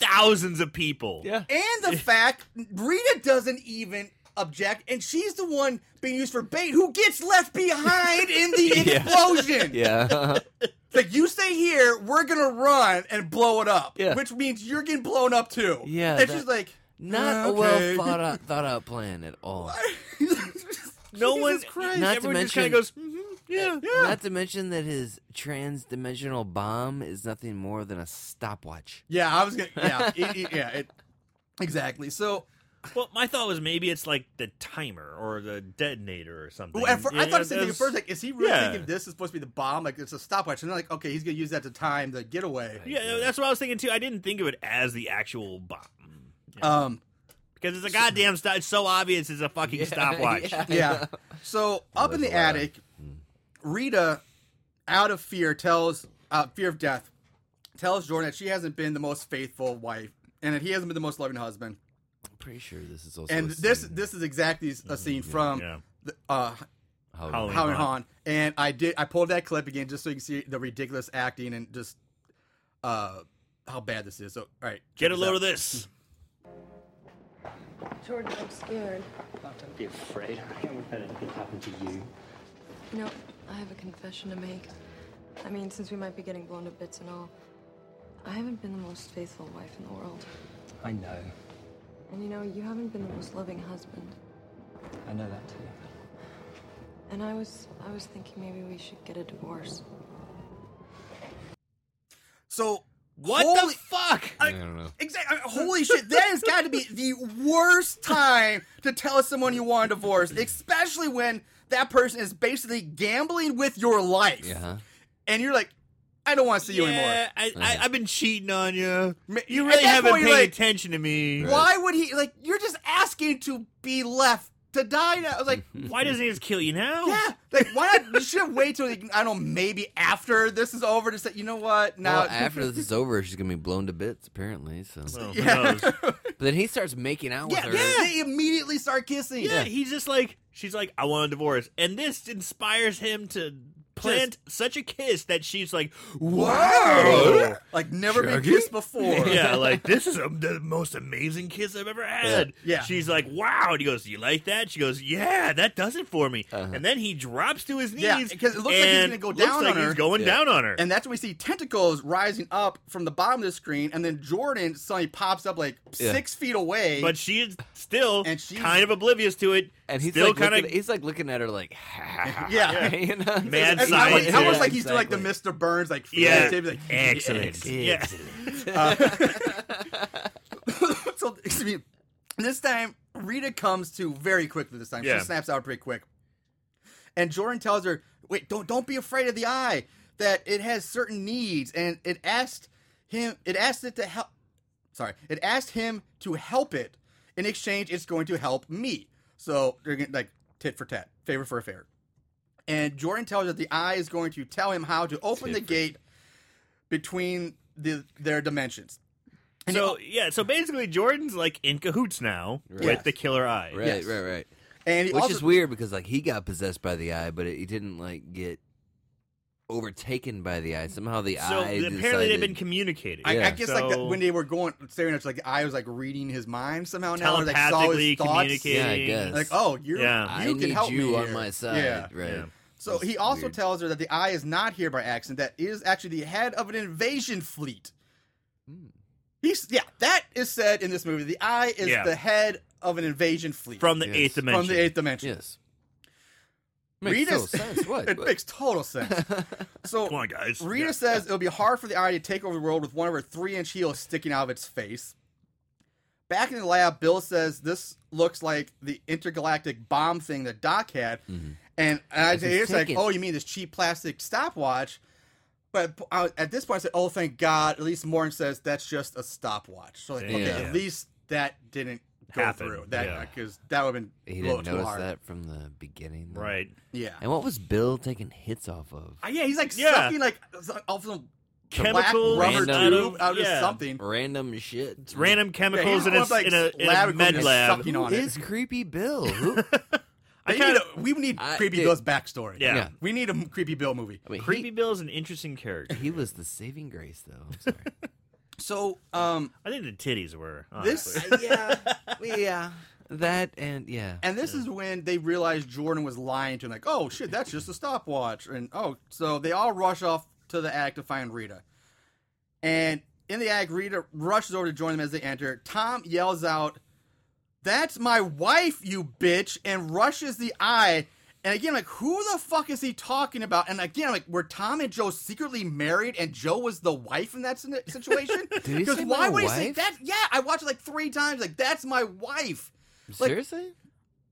S2: thousands of people.
S3: Yeah.
S1: And the fact Rita doesn't even object, and she's the one being used for bait who gets left behind in the
S3: (laughs) Yeah.
S1: explosion.
S2: (laughs)
S3: Yeah.
S1: It's like you stay here, we're gonna run and blow it up.
S3: Yeah.
S1: Which means you're getting blown up too.
S3: Yeah,
S1: And
S3: that-
S1: she's like "Oh,
S3: Not a
S1: okay.
S3: well
S1: (laughs)
S3: thought out thought out plan at all.
S2: No one.
S1: Jesus Christ.
S3: Not to
S2: everyone just kind
S3: mention-
S2: of goes, hmm "Yeah,
S3: Not to mention that his trans-dimensional bomb is nothing more than a stopwatch.
S1: Yeah, I was gonna Yeah, it- it- yeah, it, exactly. So
S2: Well, my thought was maybe it's like the timer or the detonator or something.
S1: well, at fir- I
S2: Yeah,
S1: thought the same thing at
S2: that's-
S1: first. Like, is he really
S2: yeah.
S1: thinking this is supposed to be the bomb? Like, it's a stopwatch. And they're like, okay, he's gonna use that to time the getaway.
S2: yeah, that's what I was thinking too. I didn't think of it as the actual bomb
S1: Um,
S2: because it's a goddamn stop. It's so obvious. It's a fucking stopwatch.
S3: (laughs) yeah.
S2: (laughs)
S1: yeah. So up in the
S3: That's a lot.
S1: attic, Rita, out of fear, tells uh, fear of death, tells Jordan that she hasn't been the most faithful wife and that he hasn't been the most loving husband.
S3: pretty sure this is also
S1: and
S3: a
S1: this
S3: scene.
S1: this is exactly a scene from
S2: Mm-hmm, yeah. Uh-huh.
S1: the, uh,
S3: Halloween.
S2: Halloween.
S1: Howard
S2: Hahn.
S1: Hahn. And I did I pulled that clip again just so you can see the ridiculous acting and just uh how bad this is. So all right, check
S2: Get a
S1: this
S2: load
S1: out.
S2: of this.
S7: Jordan, I'm scared.
S8: Oh, don't be afraid. I can't let anything happen to you.
S7: You know, I have a confession to make. I mean, since we might be getting blown to bits and all, I haven't been the most faithful wife in the world.
S8: I know.
S7: And you know, you haven't been the most loving husband.
S8: I know that too.
S7: And I was I was thinking maybe we should get a divorce.
S1: So
S2: What
S1: holy-
S2: the fuck?
S3: I don't know.
S1: Exactly. Holy shit! That has got to be the worst time to tell someone you want a divorce, especially when that person is basically gambling with your life,
S3: Yeah. huh?
S1: and you're like, "I don't want to see you
S2: Yeah,
S1: anymore."
S2: I, I, I've been cheating on you.
S1: Ma-
S2: You
S1: at
S2: really
S1: that
S2: haven't
S1: point,
S2: paid
S1: like,
S2: attention to me.
S1: Why would he? Like, you're just asking to be left to die. Now. I was
S3: (laughs)
S1: like,
S2: Why doesn't he just kill you now?
S1: yeah, like why not? You should have waited till like, I don't know, maybe after this is over to say, you know what? Now,
S3: Well,
S1: (laughs)
S3: after this is over, she's gonna be blown to bits, apparently. So,
S2: Well, Oh, who
S1: Yeah.
S2: knows?
S3: but then he starts making out
S1: yeah,
S3: with her.
S1: they immediately start kissing.
S2: Yeah, he's just like she's like, I want a divorce, and this inspires him to plant such a kiss that she's like,
S3: Oh!
S2: Wow,
S1: like never been
S3: Shaggy?
S1: kissed
S3: (laughs)
S1: before.
S2: (laughs) yeah, like this is a, the most amazing kiss I've ever had.
S1: Yeah. Yeah.
S2: she's like, Wow, and he goes, You like that? She goes, Yeah, that does it for me.
S3: Uh-huh.
S2: And then he drops to his knees
S1: Yeah, 'cause it looks like he's
S2: and
S1: gonna go
S2: looks
S1: down
S2: like
S1: on
S2: he's
S1: her.
S2: going
S3: Yeah.
S2: down on her.
S1: And that's when we see tentacles rising up from the bottom of the screen, and then Jordan suddenly pops up like
S3: Yeah.
S1: six feet away.
S2: but she is still
S1: And she's-
S2: kind of oblivious to it,
S3: And he's
S2: still
S3: like
S2: kind
S3: looking,
S2: of
S3: he's like looking at her like, (laughs)
S1: Yeah.
S3: you know?
S2: Mad
S1: it's
S2: science.
S1: almost,
S2: Yeah,
S1: almost like he's doing like the Mr. Burns, like
S2: (laughs) yeah,
S1: fist, like,
S2: excellent, yeah.
S1: so (laughs) excuse me. This time Rita comes to very quickly. This time
S2: Yeah.
S1: she snaps out pretty quick, and Jordan tells her, "Wait, don't don't be afraid of the eye. That it has certain needs, and it asked him. It asked it to help. Sorry, it asked him to help it. In exchange, it's going to help me. So they're gonna, like tit for tat, favor for a favor." And Jordan tells her that the eye is going to tell him how to open the gate between the their dimensions. And
S2: So yeah, so basically Jordan's like in cahoots now
S1: Yes.
S2: with the killer eye.
S3: right,
S1: Yes.
S3: right, right.
S1: And he
S3: Which
S1: also,
S3: is weird because like he got possessed by the eye, but it, he didn't like get overtaken by the eye. Somehow the
S2: So
S3: eye.
S2: apparently they've been communicating.
S1: I, I
S3: Yeah.
S1: guess like the,
S2: So-
S1: when they were going staring at us, like I was like reading his mind somehow now, or, like saw
S2: telepathically
S1: his thoughts.
S2: communicating.
S3: Yeah, I guess.
S1: Like oh, you're
S2: Yeah.
S1: you
S3: I
S1: can
S3: need
S1: help
S3: you
S1: me
S3: on
S1: here.
S3: my side.
S1: Yeah.
S3: Right.
S2: Yeah.
S1: So
S3: That's
S1: he also
S3: weird.
S1: tells her that the eye is not here by accident. That it is actually the head of an invasion fleet.
S3: Hmm.
S1: He's yeah, that is said in this movie. The eye is
S2: Yeah.
S1: the head of an invasion fleet
S2: From the
S3: Yes.
S2: eighth
S1: From the
S2: dimension.
S1: eighth dimension.
S3: Yes. Makes
S1: Rita (laughs)
S3: total sense. What?
S1: it
S3: What?
S1: makes total sense.
S3: (laughs)
S1: So
S2: Come on, guys.
S1: Rita
S2: Yeah.
S1: says it'll be hard for the eye to take over the world with one of her three inch heels sticking out of its face. Back in the lab, Bill says this looks like the intergalactic bomb thing that Doc had. And I
S3: Mm-hmm. This is
S1: it's like,
S3: taken.
S1: oh, you mean this cheap plastic stopwatch? But I, at this point, I said, oh, thank God. At least Morin says that's just a stopwatch. So, like, okay,
S3: Yeah.
S1: at least that didn't go
S2: Happen,
S1: through. That
S2: yeah.
S1: because that would have been
S3: He
S1: a little
S3: didn't
S1: too
S3: notice
S1: hard.
S3: that from the beginning. though.
S2: Right.
S1: Yeah.
S3: And what was Bill taking hits off of?
S1: Uh, yeah, he's like
S2: Yeah.
S1: sucking like off some
S2: Chemicals
S1: black rubber
S3: out
S2: of-
S1: tube out of
S2: yeah.
S1: something.
S3: Random shit.
S2: Random
S1: Yeah, he's
S2: chemicals in,
S1: going
S2: a,
S1: up, like,
S2: in a, in a
S1: lab equipment
S2: med
S1: and
S2: lab.
S1: sucking
S3: Who
S1: on it.
S3: is creepy (laughs) Bill? Who-
S2: I
S1: They
S2: kind
S1: need
S2: of
S1: a- we need
S3: I-
S1: Creepy
S3: dude.
S1: Bill's backstory.
S2: yeah.
S3: Yeah.
S1: We need a m- Creepy Bill movie.
S3: I mean, he-
S2: Creepy Bill's an interesting character.
S3: He, was the saving grace, though. I'm sorry.
S1: So, um,
S2: I think the titties were.
S1: this,
S2: honestly.
S3: yeah, (laughs) yeah. That and yeah.
S1: and this is when they realized Jordan was lying to him, like, oh shit, that's just a stopwatch. And oh, so they all rush off to the attic to find Rita. And in the attic, Rita rushes over to join them as they enter. Tom yells out, That's my wife, you bitch, and rushes the eye. And again, like, who the fuck is he talking about? And again, like, were Tom and Joe secretly married and Joe was the wife in that sin-
S3: (laughs)
S1: situation?
S3: Did he
S1: Because
S3: say
S1: why
S3: my
S1: would he say
S3: wife?
S1: that? Yeah, I watched it like three times. Like, that's my wife. like-
S3: Seriously?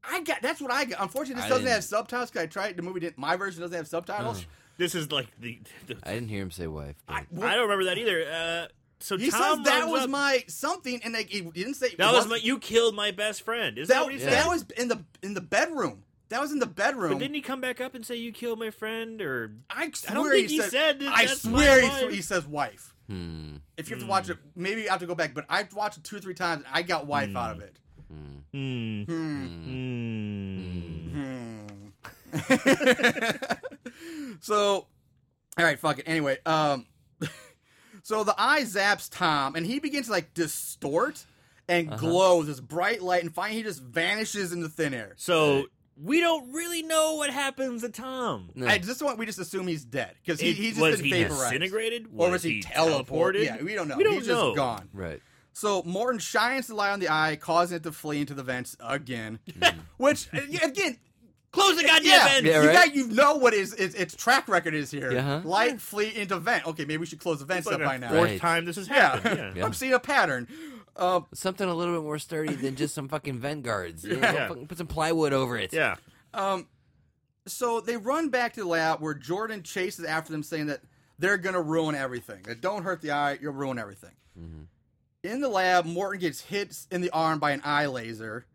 S1: I got that's what I got. Unfortunately, this
S3: I
S1: doesn't
S3: didn't-
S1: have subtitles because I tried the movie didn't. My version doesn't have subtitles.
S2: this is like the. the
S3: I didn't hear him say wife. But
S2: I, I don't remember that either. Uh, so
S1: He says
S2: Tom
S1: that
S2: runs
S1: was
S2: up-
S1: my something, and like he didn't say it
S2: That was my.
S1: wasn't-
S2: You killed my best friend. Is that,
S1: that,
S2: what he
S1: that,
S2: said?
S3: Yeah.
S1: was in the in the bedroom. That was in the bedroom.
S2: But didn't he come back up and say you killed my friend or
S1: I swear
S2: don't think he said that
S1: I
S2: that's
S1: swear
S2: my
S1: he,
S2: wife. Hmm.
S1: he says wife.
S3: Hmm.
S1: If you have to watch it, maybe I have to go back. But I watched it two or three times. and I got wife out of it.
S2: Hmm. Hmm.
S1: So, all right, fuck it. Anyway, um, (laughs) so the eye zaps Tom, and he begins to like distort and
S2: Uh-huh.
S1: glow with this bright light, and finally he just vanishes into thin air.
S2: So we don't really know what happens to Tom.
S3: No.
S1: I just want we just assume he's dead because he,
S2: It-
S1: he's just
S2: was
S1: been
S2: he
S1: vaporized.
S2: disintegrated?
S1: or was he, teleported? Yeah, we don't know.
S2: We don't
S1: he's
S2: know.
S1: just gone.
S3: Right.
S1: So Morton shines the light on the eye, causing it to flee into the vents again. (laughs) Which uh, yeah, again,
S2: Close Mm-hmm. (laughs) the goddamn
S1: yeah,
S2: vents!
S3: Yeah,
S1: you
S3: right.
S1: got you know what is, is its track record is here.
S3: Yeah, huh?
S1: Light flee into vent. Okay, maybe we should close the vents
S2: It's like
S1: up by
S2: the
S1: now.
S2: fourth
S3: Right.
S2: time this has
S1: (laughs) Yeah.
S2: happened. Yeah.
S1: I'm seeing a pattern. Uh,
S3: Something a little bit more sturdy than just some fucking vent guards. You know,
S2: Yeah.
S3: fucking Put some plywood over it.
S2: Yeah.
S1: so they run back to the lab where Jordan chases after them, saying that they're going to ruin everything. That don't hurt the eye, you'll ruin everything. In the lab, Morton gets hit in the arm by an eye laser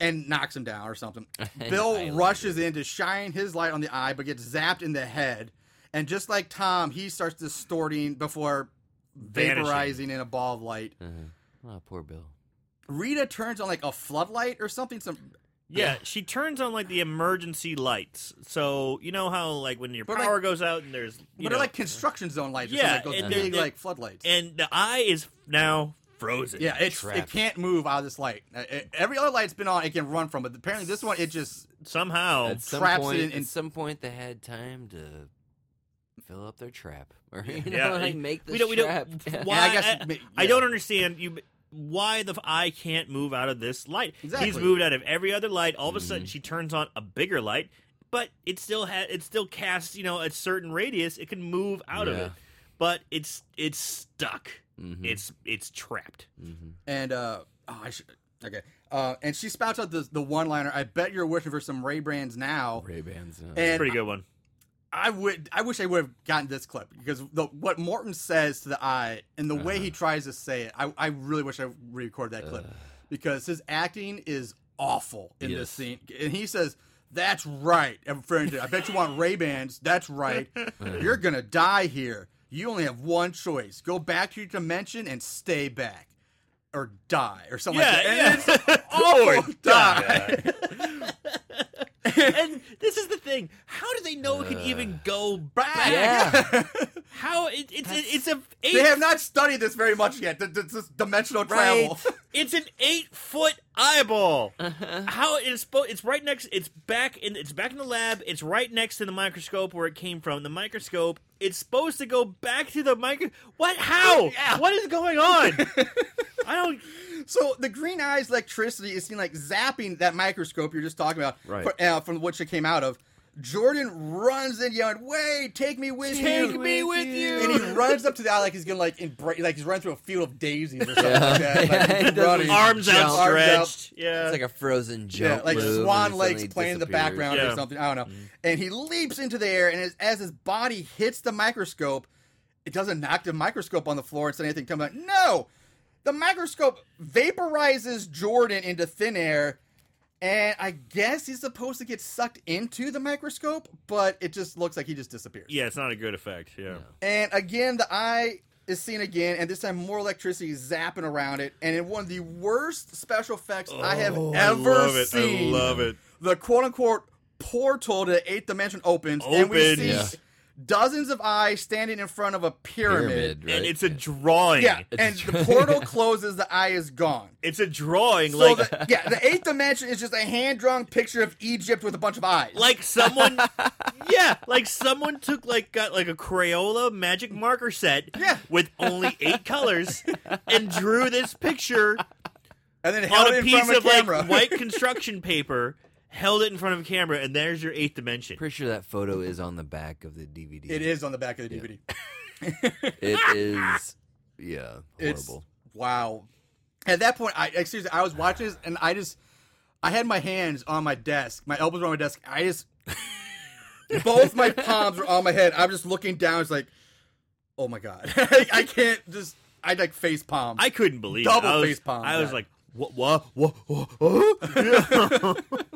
S1: and knocks him down or something.
S3: Eye
S1: Bill
S3: laser.
S1: rushes in to shine his light on the eye, but gets zapped in the head. And just like Tom, he starts distorting before
S2: Vanishing.
S1: vaporizing in a ball of light.
S3: Oh, poor Bill.
S1: Rita turns on like a floodlight or something. Some
S2: Yeah, she turns on like the emergency lights. So you know how like when your
S1: But, like-
S2: power goes out and there's you
S1: But
S2: know, uh,
S1: they're like construction zone lights.
S2: Yeah,
S1: Yeah, those
S2: and
S1: big
S2: they're-
S1: like floodlights.
S2: and the eye is now frozen.
S1: yeah, it's it
S3: trapped.
S1: can't move out of this light. Uh, it- every other light's been on; it can run from, but apparently this one, it just
S2: somehow
S3: at some
S1: traps
S3: point,
S1: it in-
S3: at some point, they had time to fill up their trap, (laughs) or (laughs) you know,
S2: yeah,
S3: like
S2: it-
S3: make the
S2: we don't, we (laughs)
S3: trap.
S2: don't.
S3: Yeah. (laughs)
S2: Why?
S1: Yeah,
S2: I,
S1: I guess ma-
S2: I
S1: yeah.
S2: don't understand you. Why the f- eye can't move out of this light?
S1: Exactly. Mm-hmm.
S2: He's moved out of every other light. All of a sudden, she turns on a bigger light, but it still ha- it still casts you know a certain radius. It can move out of
S3: Yeah.
S2: it, but it's it's stuck.
S1: Mm-hmm.
S2: It's it's trapped.
S1: and uh, oh, I should okay. Uh, and she spouts out the the one liner. I bet you're wishing for some Ray Brands now.
S3: Ray Bans.
S1: and
S2: Pretty good one.
S1: I would. I wish I would have gotten this clip because the, what Morton says to the eye and the way he tries to say it, I, I really wish I recorded that clip because his acting is awful in this
S3: Yes.
S1: scene. And he says, "That's right," I'm referring to. I bet you want Ray Bans. That's right. You're gonna die here. You only have one choice: go back to your dimension and stay back, or die, or something like that. And it's
S2: yeah.
S1: awful. die.
S2: and this is the thing. How do they know it can even go back?
S3: Yeah,
S2: How it, it's a, it's a
S1: (laughs)
S2: eight,
S1: They have not studied this very much yet. th- th- This dimensional travel.
S3: Right.
S2: (laughs) It's an eight foot eyeball. How it is spo- It's right next. It's back in. It's back in the lab. It's right next to the microscope where it came from. The microscope. It's supposed to go back to the micro. What? How? What is going on? I don't.
S1: So the green eyes electricity is seen like zapping that microscope you're just talking about,
S3: Right.
S1: fr- uh, from which it came out of. Jordan runs in yelling, "Wait, take me with you!"
S2: Take me with you.
S1: And he runs up to the eye like he's gonna like embrace, like he's running through a field of daisies or something like that. Like,
S3: Yeah,
S1: he's
S3: he does
S1: running.
S3: his
S2: Arms
S3: jump.
S1: out.
S2: outstretched. Yeah.
S3: it's like a frozen
S1: Yeah,
S3: jump.
S1: like
S3: move, and
S1: swan
S3: it
S1: legs
S3: suddenly
S1: playing in the
S3: disappears. Mm.
S1: background or
S2: Yeah.
S1: something. I don't know. And he leaps into the air, and as, as his body hits the microscope, it doesn't knock the microscope on the floor and send anything comes out. No, the microscope vaporizes Jordan into thin air, and I guess he's supposed to get sucked into the microscope, but it just looks like he just disappears.
S2: yeah. It's not a good effect. Yeah.
S1: And again, the eye is seen again, and this time more electricity is zapping around it, and in one of the worst special effects I have ever
S2: love it. Oh, I
S1: seen.
S2: love it.
S1: The quote unquote portal to the eighth dimension opens, and we
S2: Opens.
S1: see
S3: Yeah.
S1: dozens of eyes standing in front of a pyramid.
S3: Pyramid, right?
S2: And it's a drawing.
S1: Yeah,
S3: It's
S1: and
S3: true.
S1: the portal closes, the eye is gone.
S2: It's a drawing.
S1: So
S2: like
S1: the, yeah, the eighth dimension is just a hand drawn picture of Egypt with a bunch of eyes.
S2: (laughs)
S1: (laughs)
S2: like someone yeah like someone took like got like a crayola magic marker set
S1: Yeah.
S2: with only eight colors and drew this picture
S1: and then held
S2: on
S1: it
S2: a
S1: in
S2: piece
S1: front of a
S2: of like
S1: camera.
S2: white construction paper held it in front of a camera and there's your eighth dimension
S3: Pretty sure that photo is on the back of the
S1: (laughs)
S3: DVD.
S1: it is on the back of the DVD.
S3: It is. Yeah, horrible.
S1: It's, wow. At that point, I excuse me, I was watching this and I just I had my hands on my desk. My elbows were on my desk. I just both my palms were on my head. I'm just looking down. It's like, oh my god, (laughs) I, I can't just. I like face palm.
S2: i couldn't believe it.
S1: Double
S2: I was,
S1: face palm,
S2: i was
S1: yeah.
S2: like what what what, what?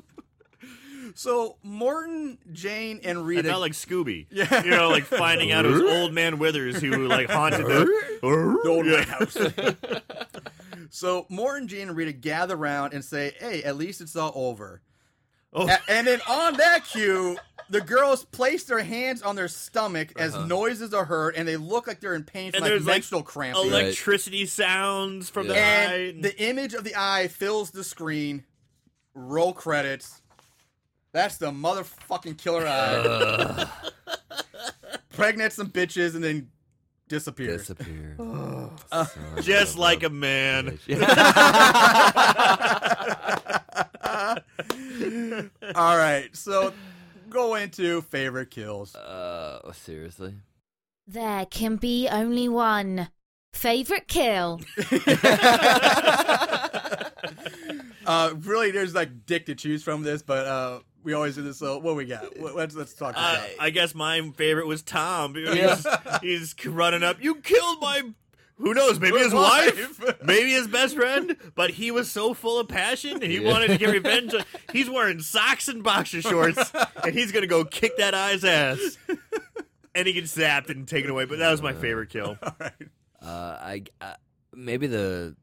S1: so Morton, Jane, and
S2: I
S1: Rita.
S2: felt like Scooby. Yeah. You know, like finding out it
S1: (laughs)
S2: was old man Withers who like haunted the (laughs)
S1: the old White House. (laughs) So Morton, Jean, and Rita gather around and say, "Hey, at least it's all over."
S2: Oh.
S1: A- and then on that cue, the girls place their hands on their stomach as noises are heard, and they look like they're in pain from
S2: Uh-huh. And
S1: like
S2: there's, like,
S1: menstrual cramps.
S3: Right.
S2: Electricity sounds from the
S3: Yeah.
S2: eye.
S1: and the image of the eye fills the screen. Roll credits. That's the motherfucking killer eye. (laughs) Pregnant some bitches and then disappears. (sighs)
S3: Disappear.
S1: Uh, (laughs)
S2: just
S3: Oh,
S2: like a
S3: (laughs)
S2: man.
S1: All right, so go into favorite kills.
S3: uh, seriously.
S9: There can be only one. Favorite kill.
S1: Uh, really, there's like dick to choose from this, but uh, we always do this. So what we got? What- Let's let's talk about.
S2: Uh, I, I guess my favorite was Tom. He was- (laughs) He's, running up. You killed my. Who knows? Maybe his
S1: (laughs)
S2: wife,
S1: Wife.
S2: maybe his best friend. But he was so full of passion, and he wanted to get revenge. He's wearing socks and boxer shorts, and he's gonna go kick that eye's ass. And he gets zapped and taken away. But that was my favorite kill.
S1: Oh,
S3: Uh, I, I maybe the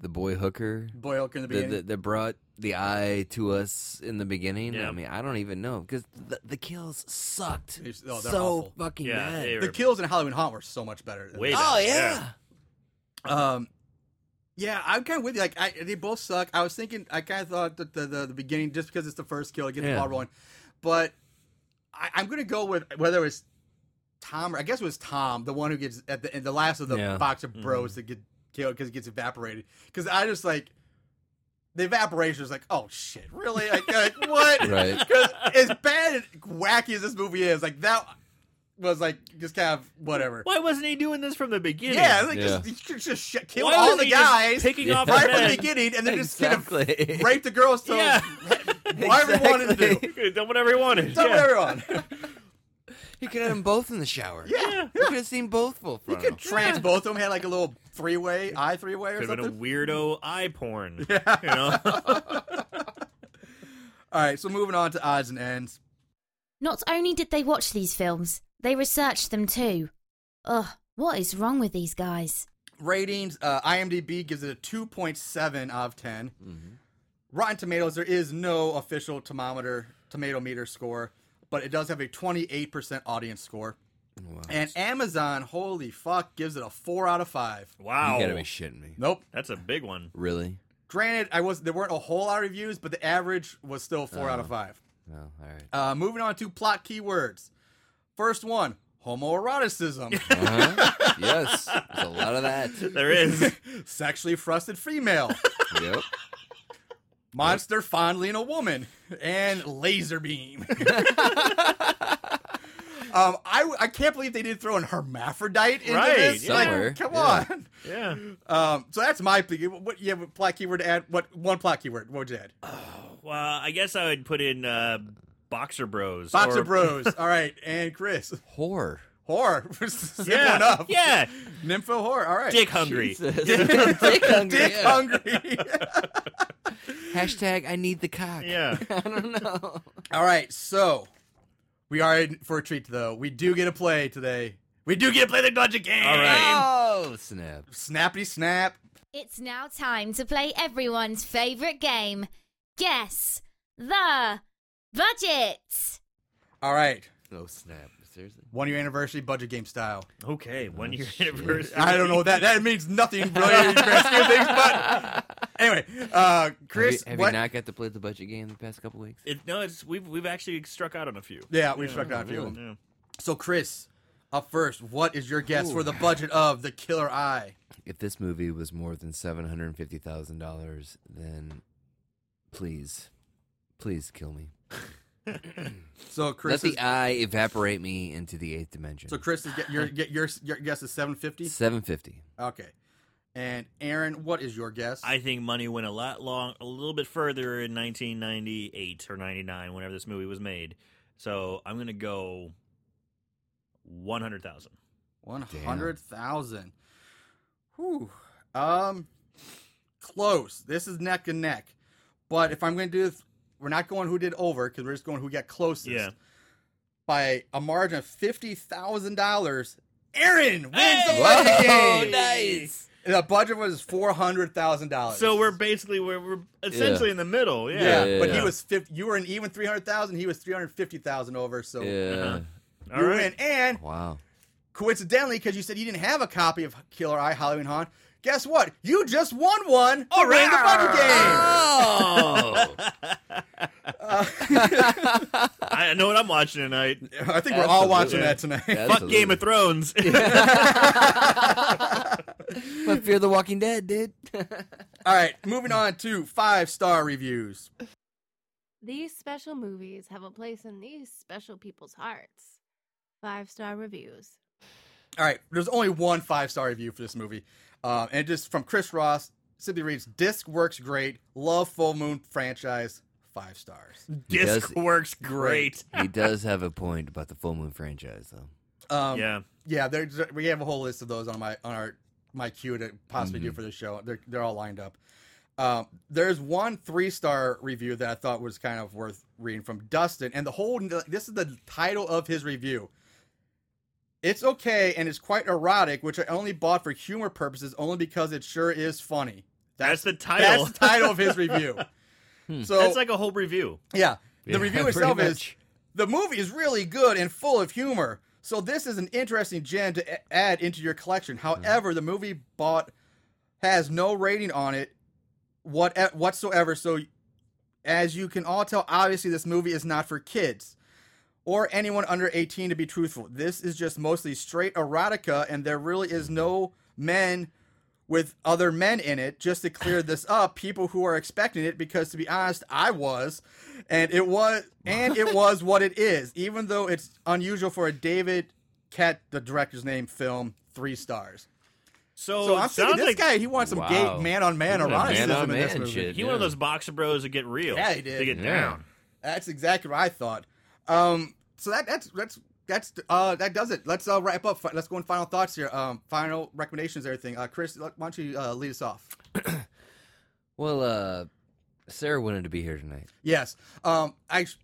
S3: the boy hooker
S1: Boy Elk in the
S3: that,
S1: beginning.
S3: that, that brought the eye to us in the beginning.
S2: Yeah.
S3: I mean, I don't even know because the, the kills sucked
S1: It's- oh, they're
S3: so
S1: awful.
S3: fucking
S2: Yeah,
S3: bad.
S2: they
S1: the
S2: were-
S1: kills in Halloween Haunt were so much better. than
S2: Way
S1: this.
S2: better.
S3: oh yeah.
S2: Yeah.
S1: Um, yeah, I'm kind of with you. Like, I, they both suck. I was thinking, I kind of thought that the, the the beginning, just because it's the first kill, it gets
S3: Yeah.
S1: the ball rolling. But I, I'm gonna go with whether it was Tom or I guess it was Tom, the one who gets at the in the last of the
S3: Yeah. Mm-hmm.
S1: box of bros that get killed because it gets evaporated. Because I just like. The evaporation is like, oh shit, really? Like,
S3: (laughs)
S1: like what?
S3: Right.
S1: Because as bad and wacky as this movie is, like that was like just kind of whatever.
S2: Why wasn't he doing this from the beginning?
S1: Yeah, like
S3: Yeah.
S1: just, you should just sh- kill
S2: Why
S1: all
S2: was
S1: the
S2: he just
S1: guys
S2: picking off
S1: right
S2: the
S1: from the
S2: men?
S1: beginning, and then just
S3: Exactly.
S1: gonna rape the girls till
S2: (laughs) Yeah.
S1: whatever he wanted
S3: (laughs)
S1: to do.
S2: He could have done whatever he wanted.
S1: Stop
S2: yeah.
S1: everyone.
S2: (laughs)
S3: You could have them both in the shower.
S1: Yeah.
S3: You could have seen both full
S1: You
S3: frontal.
S1: could trans both of them had like a little three way, eye three way or
S2: Could have been a
S1: something.
S2: weirdo
S1: (laughs)
S2: eye porn. You know? (laughs)
S1: All right, so moving on to odds and ends.
S9: Not only did they watch these films, they researched them too. Ugh, what is wrong with these guys?
S1: Ratings uh, IMDb gives it a 2.7 out of 10.
S3: Mm-hmm.
S1: Rotten Tomatoes, there is no official thermometer, tomato meter score, but it does have a 28% audience score. And Amazon, holy fuck, gives it a 4 out of 5.
S2: Wow.
S3: You gotta be shitting me.
S1: Nope.
S2: That's a big one.
S3: Really?
S1: Granted, I was there weren't a whole lot of reviews, but the average was still four out of five.
S3: No. Oh, All right.
S1: Uh, moving on to plot keywords. First one, homoeroticism.
S3: (laughs) Uh-huh. yes. There's a lot of that.
S2: There is.
S1: (laughs) Sexually frusted female.
S3: Yep.
S1: Monster fondling a woman. And laser beam. um, I, I can't believe they didn't throw an hermaphrodite into
S2: Right,
S1: this. Like,
S3: somewhere,
S1: come
S3: yeah.
S1: on.
S2: Yeah.
S1: Um, so that's my plea. What you have a plot keyword to add? What one plot keyword? What would you add?
S2: Well, I guess I would put in uh, Boxer Bros.
S1: Boxer
S2: or-
S1: Bros. All right, and Chris.
S3: Whore.
S1: Horror. (laughs) Simple
S2: Yeah.
S1: enough.
S2: Yeah.
S1: Nympho horror. All right.
S2: Dick hungry.
S3: (laughs) Dick hungry.
S1: Dick
S3: yeah.
S1: hungry.
S3: Hashtag I need the cock.
S2: Yeah.
S1: (laughs) All right. So we are in for a treat, though. We do get a play today. We do get a play the Dodger game.
S2: All right.
S3: Oh snap!
S1: Snappity snap.
S9: It's now time to play everyone's favorite game. Guess the budget.
S1: All right.
S3: Oh snap! Seriously?
S1: One year anniversary budget game style.
S2: Okay. One year anniversary.
S1: I don't know what that that means nothing really
S2: (laughs)
S1: in the grand scheme of things, but anyway, uh, Chris,
S3: have you, have
S1: what?
S3: you not got to play the budget game the past couple weeks?
S2: It, no, it's we've we've actually struck out on a few.
S1: yeah, we struck out a few. of them.
S2: Yeah.
S1: So Chris, up first, what is your guess for the budget of the Killer Eye?
S3: If this movie was more than seven hundred fifty thousand dollars, then please, please kill me.
S1: So Chris,
S3: Let
S1: is-
S3: the eye evaporate me into the eighth dimension.
S1: so Chris, is, ge- your, ge- your your guess is seven fifty.
S3: seven fifty.
S1: Okay. And Aaron, what is your guess?
S2: I think money went a lot long, a little bit further in 1998 or 99, whenever this movie was made. So I'm gonna go one hundred thousand.
S1: one hundred thousand. Whew. Um, close. This is neck and neck. But if I'm going to do this, we're not going who did over because we're just going who got closest.
S2: Yeah.
S1: By a margin of fifty thousand dollars, Aaron wins the
S3: Whoa,
S1: budget game.
S3: (laughs) nice.
S1: The budget was four hundred thousand dollars.
S2: So we're basically we're, we're essentially in the middle. Yeah.
S1: yeah,
S3: yeah,
S1: but he
S3: yeah.
S1: was 50, you were an even three hundred thousand. He was three hundred fifty thousand over. So
S3: Yeah.
S2: All
S1: Uh-huh. you
S2: right.
S1: win. And
S3: Uh-huh. Wow.
S1: coincidentally, because you said you didn't have a copy of Killer Eye Halloween Haunt, guess what? You just won one. All right, the budget game.
S3: Oh.
S2: (laughs) I know what I'm watching tonight.
S1: I think we're all
S3: Absolutely.
S1: watching that tonight.
S2: Fuck Game of Thrones.
S3: But Fear the Walking Dead, dude.
S1: (laughs) All right, moving on to five star reviews.
S10: These special movies have a place in these special people's hearts. Five star reviews.
S1: All right, there's only one five star review for this movie, um, and just from Chris Ross simply reads: "Disc works great. Love Full Moon franchise. Five stars."
S2: (laughs) Disc
S3: does-
S2: works great.
S3: he does have a point about the Full Moon franchise, though.
S1: Um,
S2: Yeah.
S1: yeah. There's, we have a whole list of those on my on our my queue to possibly
S2: Mm-hmm.
S1: do for the show. They're they're all lined up. Um, there's one three star review that I thought was kind of worth reading from Dustin, and the whole this is the title of his review. It's okay and it's quite erotic, which I only bought for humor purposes, only because it sure is funny.
S2: That's the title. Hmm.
S1: That's the title of his
S2: (laughs)
S1: review. So
S2: That's like a whole review.
S1: yeah. The
S3: Yeah,
S1: review
S3: (laughs) pretty
S1: itself is
S3: much.
S1: the movie is really good and full of humor. So this is an interesting gem to a- add into your collection. However, the movie bought has no rating on it what whatsoever. So as you can all tell, obviously this movie is not for kids or anyone under 18 to be truthful. This is just mostly straight erotica and there really is no men with other men in it just to clear this up people who are expecting it because to be honest i was and it was and
S2: (laughs)
S1: it was what it is even though it's unusual for a david cat the director's name film three stars
S2: So,
S1: so
S2: Oh, it
S1: i'm thinking
S2: sounds
S1: this
S2: like
S1: guy he wants some
S3: Wow.
S1: gay man-on-man
S3: Yeah,
S1: eroticism
S3: man-on-man
S1: in this movie
S3: shit.
S2: he one of those boxer bros that get real.
S1: Yeah, he did.
S2: To get
S3: Yeah.
S2: down.
S1: that's exactly what i thought um so that that's that's that's uh that does it let's uh wrap up let's go in final thoughts here um final recommendations everything uh chris why don't you uh lead us off
S3: Well, uh, Sarah wanted to be here tonight.
S1: Yes. Um, I sh-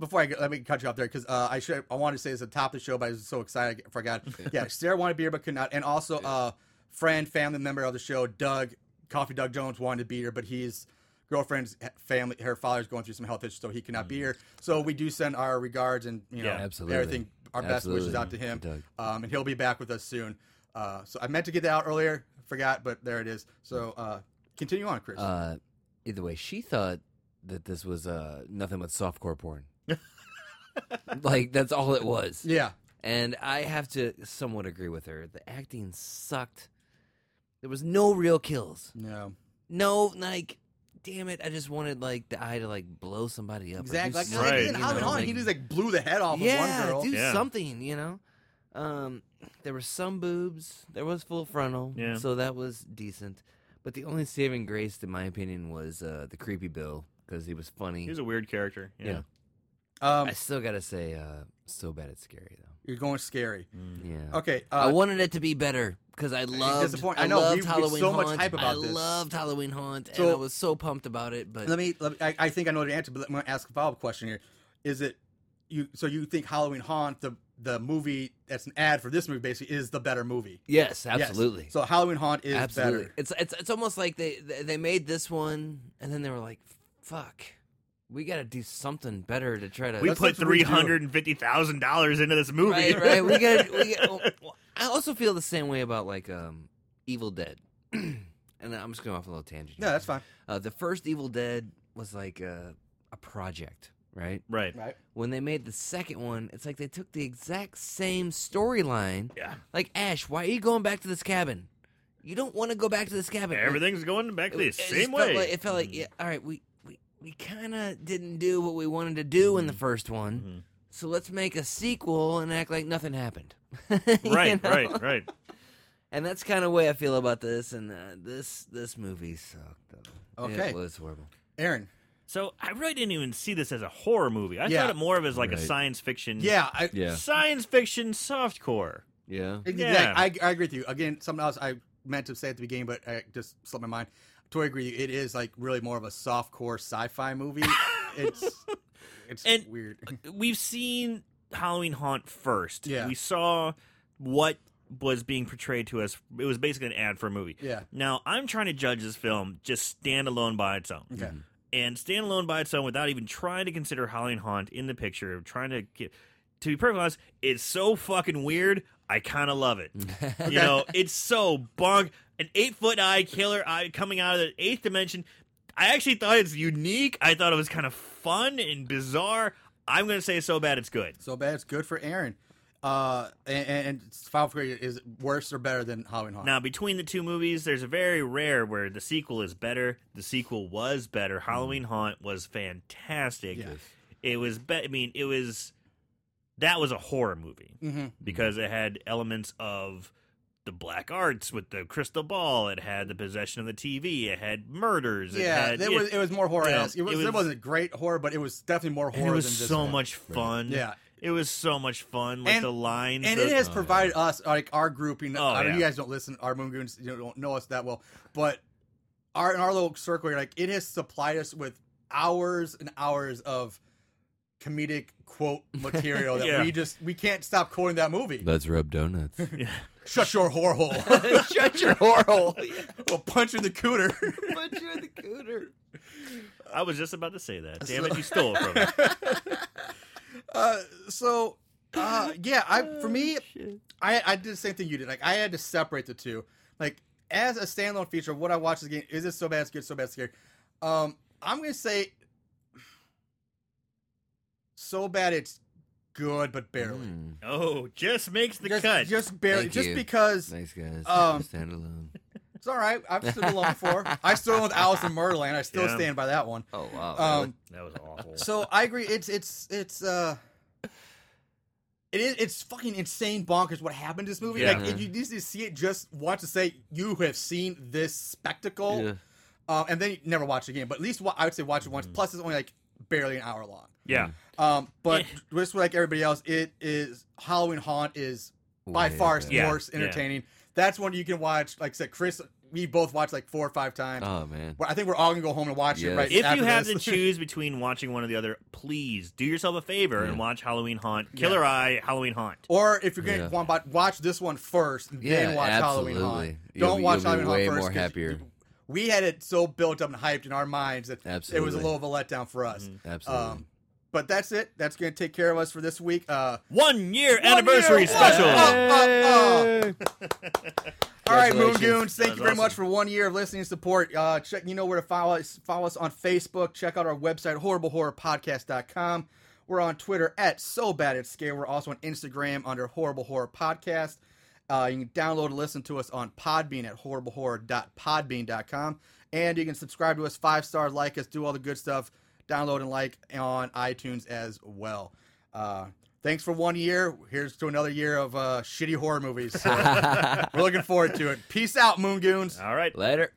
S1: before I go, let me cut you off there because uh, I should I wanted to say this at the top of the show, but I was so excited I forgot. yeah, Sarah wanted to be here but could not, and also uh, friend, family member of the show, Doug Coffee Doug Jones wanted to be here, but he's girlfriend's he- family, her father's going through some health issues, so he cannot be here. So we do send our regards and you know
S2: Yeah,
S3: absolutely.
S1: everything, our best wishes
S3: Absolutely.
S1: out to him,
S3: Doug.
S1: um, and he'll be back with us soon. Uh, so I meant to get that out earlier, forgot, but there it is. So uh, continue on, Chris.
S3: Uh, either way, she thought that this was uh, nothing but softcore (laughs) porn. like, that's all it was.
S1: yeah.
S3: And I have to somewhat agree with her. The acting sucked. There was no real kills.
S1: No.
S3: No, like, damn it, I just wanted, like, the eye to, like, blow somebody up. or do
S1: Exactly. Like,
S3: something,
S1: like,
S2: Right.
S1: in
S3: you
S1: Halloween
S3: know,
S1: Haunt,
S3: like-
S1: he just like blew the head off
S3: yeah,
S1: of one girl.
S3: do
S2: Yeah.
S3: something, you know. Um, there were some boobs. There was full frontal,
S2: Yeah.
S3: so that was decent. But the only saving grace, in my opinion, was uh, the creepy Bill because he was funny.
S2: He was a weird character. Yeah.
S3: yeah,
S1: Um,
S3: I still gotta say, uh, so bad it's scary though.
S1: you're going scary.
S2: Mm.
S3: Yeah.
S1: Okay.
S3: Mm. I
S1: Uh,
S3: wanted it to be better because I loved.
S1: disappoint-
S3: I,
S1: I know,
S3: loved
S1: we- we-
S3: Halloween
S1: so much
S3: Haunt.
S1: hype about
S3: I
S1: this.
S3: loved Halloween Haunt,
S1: So-
S3: and I was so pumped about it. But
S1: let me. Let me I, I think I know the answer, but I'm going to ask a follow up question here. Is it you? So you think Halloween Haunt, the the movie that's an ad for this movie, basically, is the better movie?
S3: yes,
S1: Yes.
S3: absolutely.
S1: So Halloween Haunt is
S3: Absolutely.
S1: better.
S3: It's it's it's almost like they they they made this one and then they were like, "Fuck, we got to do something better to try to."
S2: We
S1: That's
S2: put
S1: what we
S2: three
S1: do.
S2: hundred and fifty thousand dollars into this movie. (laughs)
S3: right, right. We got. We gotta- I also feel the same way about like um, Evil Dead, (clears throat) and I'm just going off a little tangent.
S1: No, that's fine.
S3: uh, the first Evil Dead was like a, a project, right?
S2: Right.
S1: Right.
S3: When they made the second one, it's like they took the exact same storyline.
S2: Yeah.
S3: Like Ash, why are you going back to this cabin? You don't want to go back to this cabin. Like,
S2: Everything's going back the
S3: it
S2: same
S3: just felt
S2: way.
S3: like- it felt like, yeah, all right, we we, we kind of didn't do what we wanted to do in the first one, so let's make a sequel and act like nothing happened. (laughs) You
S2: right,
S3: know?
S2: right, right.
S3: And that's kind of way I feel about this. And uh, this this movie sucked. Though.
S1: Okay.
S3: it was horrible.
S1: Aaron.
S2: So I really didn't even see this as a horror movie. I
S1: Yeah.
S2: thought it more of as like a
S3: Right.
S2: science fiction.
S3: Mm.
S1: Yeah. I,
S2: Science fiction softcore.
S3: yeah.
S1: Exactly.
S2: Yeah.
S1: I, I agree with you. Again, something else I meant to say at the beginning, but I just slipped my mind. Totally agree. with you. It is like really more of a softcore sci-fi movie.
S2: (laughs)
S1: it's it's
S2: And- uh,
S1: weird.
S2: We've seen Halloween Haunt first.
S1: Yeah.
S2: We saw what was being portrayed to us. It was basically an ad for a movie.
S1: Yeah.
S2: Now I'm trying to judge this film just standalone by its own.
S1: Okay.
S2: And standalone by its own, without even trying to consider Holly and Haunt in the picture, trying to get. To be perfectly honest, it's so fucking weird. I kind of love it. You know, it's so bunk. An eight foot eye killer eye coming out of the eighth dimension. I actually thought it's unique. I thought it was kind of fun and bizarre. I'm gonna say so bad it's good.
S1: So bad it's good for Aaron. Uh, and, and, and Final Fury is worse or better than Halloween Haunt?
S2: Now, between the two movies, there's a very rare where the sequel is better. The sequel was better. Halloween Haunt was fantastic.
S1: Mm. Yes.
S2: It was, be- I mean, it was, that was a horror movie
S1: Mhm.
S2: because it had elements of the black arts with the crystal ball. It had the possession of the TV. It had murders.
S1: yeah,
S2: it, had,
S1: it was it was more horror esque.
S2: Yeah,
S1: it, was,
S2: it
S1: it
S2: was-
S1: wasn't great horror, but it was definitely more
S2: and
S1: horror.
S2: it was
S1: than this
S2: so
S1: one.
S2: much fun.
S1: Yeah.
S2: It was so much fun. Like
S1: And-
S2: the lines.
S1: and
S2: the-
S1: it has provided us like our grouping.
S2: Oh,
S1: I mean,
S2: yeah.
S1: you guys don't listen. Our Moon Goons you know, don't know us that well, but our in our little circle, like it has supplied us with hours and hours of comedic
S2: (laughs)
S1: quote material that
S2: Yeah.
S1: we just we can't stop quoting that movie.
S3: Let's rub (laughs) donuts.
S1: Shut your whore
S2: (laughs)
S1: hole.
S3: Shut your whore hole.
S1: (laughs) we'll punch you in the cooter.
S2: (laughs)
S3: Put you in the cooter.
S2: I was just about to
S1: (laughs)
S2: say that. Damn it, you stole it from me.
S1: Uh, so uh, yeah, I for me, I I did the same thing you did. Like I had to separate the two. Like as a standalone feature, what I watched this game is it so bad it's good, so bad it's scary. Um, I'm gonna say so bad it's good, but barely.
S2: Oh, just makes the
S1: just,
S2: cut.
S1: just barely,
S3: Mm. Thank
S1: just
S3: you.
S1: because
S3: Thanks, guys.
S1: Um,
S3: Stand alone.
S1: it's all right. I've stood alone before. I stood
S3: (laughs)
S1: alone with Alice in Murderland. I still
S2: Yeah.
S1: stand by that one.
S3: Oh wow.
S1: Um,
S2: that was
S1: (laughs)
S2: awful.
S1: so I agree. It's it's it's uh, it is it's fucking insane bonkers what happened to this movie.
S2: Yeah.
S1: Like if you need to see it, just watch to say you have seen this spectacle,
S3: Yeah.
S1: uh, and then you never watch it again. But at least wa- I would say watch it once.
S3: Mm.
S1: Plus, it's only like barely an hour long.
S2: yeah.
S1: Um, but just like everybody else, it is Halloween Haunt is by
S3: Way
S1: far
S3: better.
S2: Yeah,
S1: worse
S2: yeah.
S1: entertaining. That's one you can watch. Like I said, Chris, we both watched like four or five times.
S3: Oh man.
S1: Well, I think we're all gonna go home and watch it
S3: Yes.
S1: right
S2: If
S1: after
S2: you have
S1: this. (laughs)
S2: to choose between watching one or the other, please do yourself a favor and
S3: Yeah.
S2: watch Halloween Haunt, Killer Eye, Halloween Haunt.
S1: Or if you're going
S3: Yeah.
S1: to want to watch this one first, and then
S3: Yeah,
S1: watch Halloween
S3: absolutely.
S1: Haunt.
S3: You'll
S1: Don't
S3: be-
S1: watch
S3: you'll be
S1: Halloween Haunt
S3: way
S1: first.
S3: more
S1: 'cause
S3: happier.
S1: you- We had it so built up and hyped in our minds that it was a
S3: Absolutely. Mm-hmm.
S1: little of a letdown for us.
S3: Absolutely.
S1: um, but that's it. That's going to take care of us for this week. Uh,
S2: One year anniversary special.
S1: Uh, uh, uh. (laughs) All right, Moon
S3: Congratulations.
S1: Goons,
S2: That
S1: thank
S2: was
S1: you very much
S2: awesome.
S1: for one year of listening and support. Uh, check, you know where to follow us. Follow us on Facebook. Check out our website, horriblehorrorpodcast.com. We're on Twitter at So Bad It's Scary. We're also on Instagram under Horrible Horror Podcast. Uh, you can download and listen to us on Podbean at horriblehorror.podbean.com. And you can subscribe to us, five stars, like us, do all the good stuff, download and like on iTunes as well. Uh, thanks for one year. Here's to another year of uh, shitty horror movies. We're looking forward to it. Peace out, Moon Goons.
S2: All right.
S3: Later.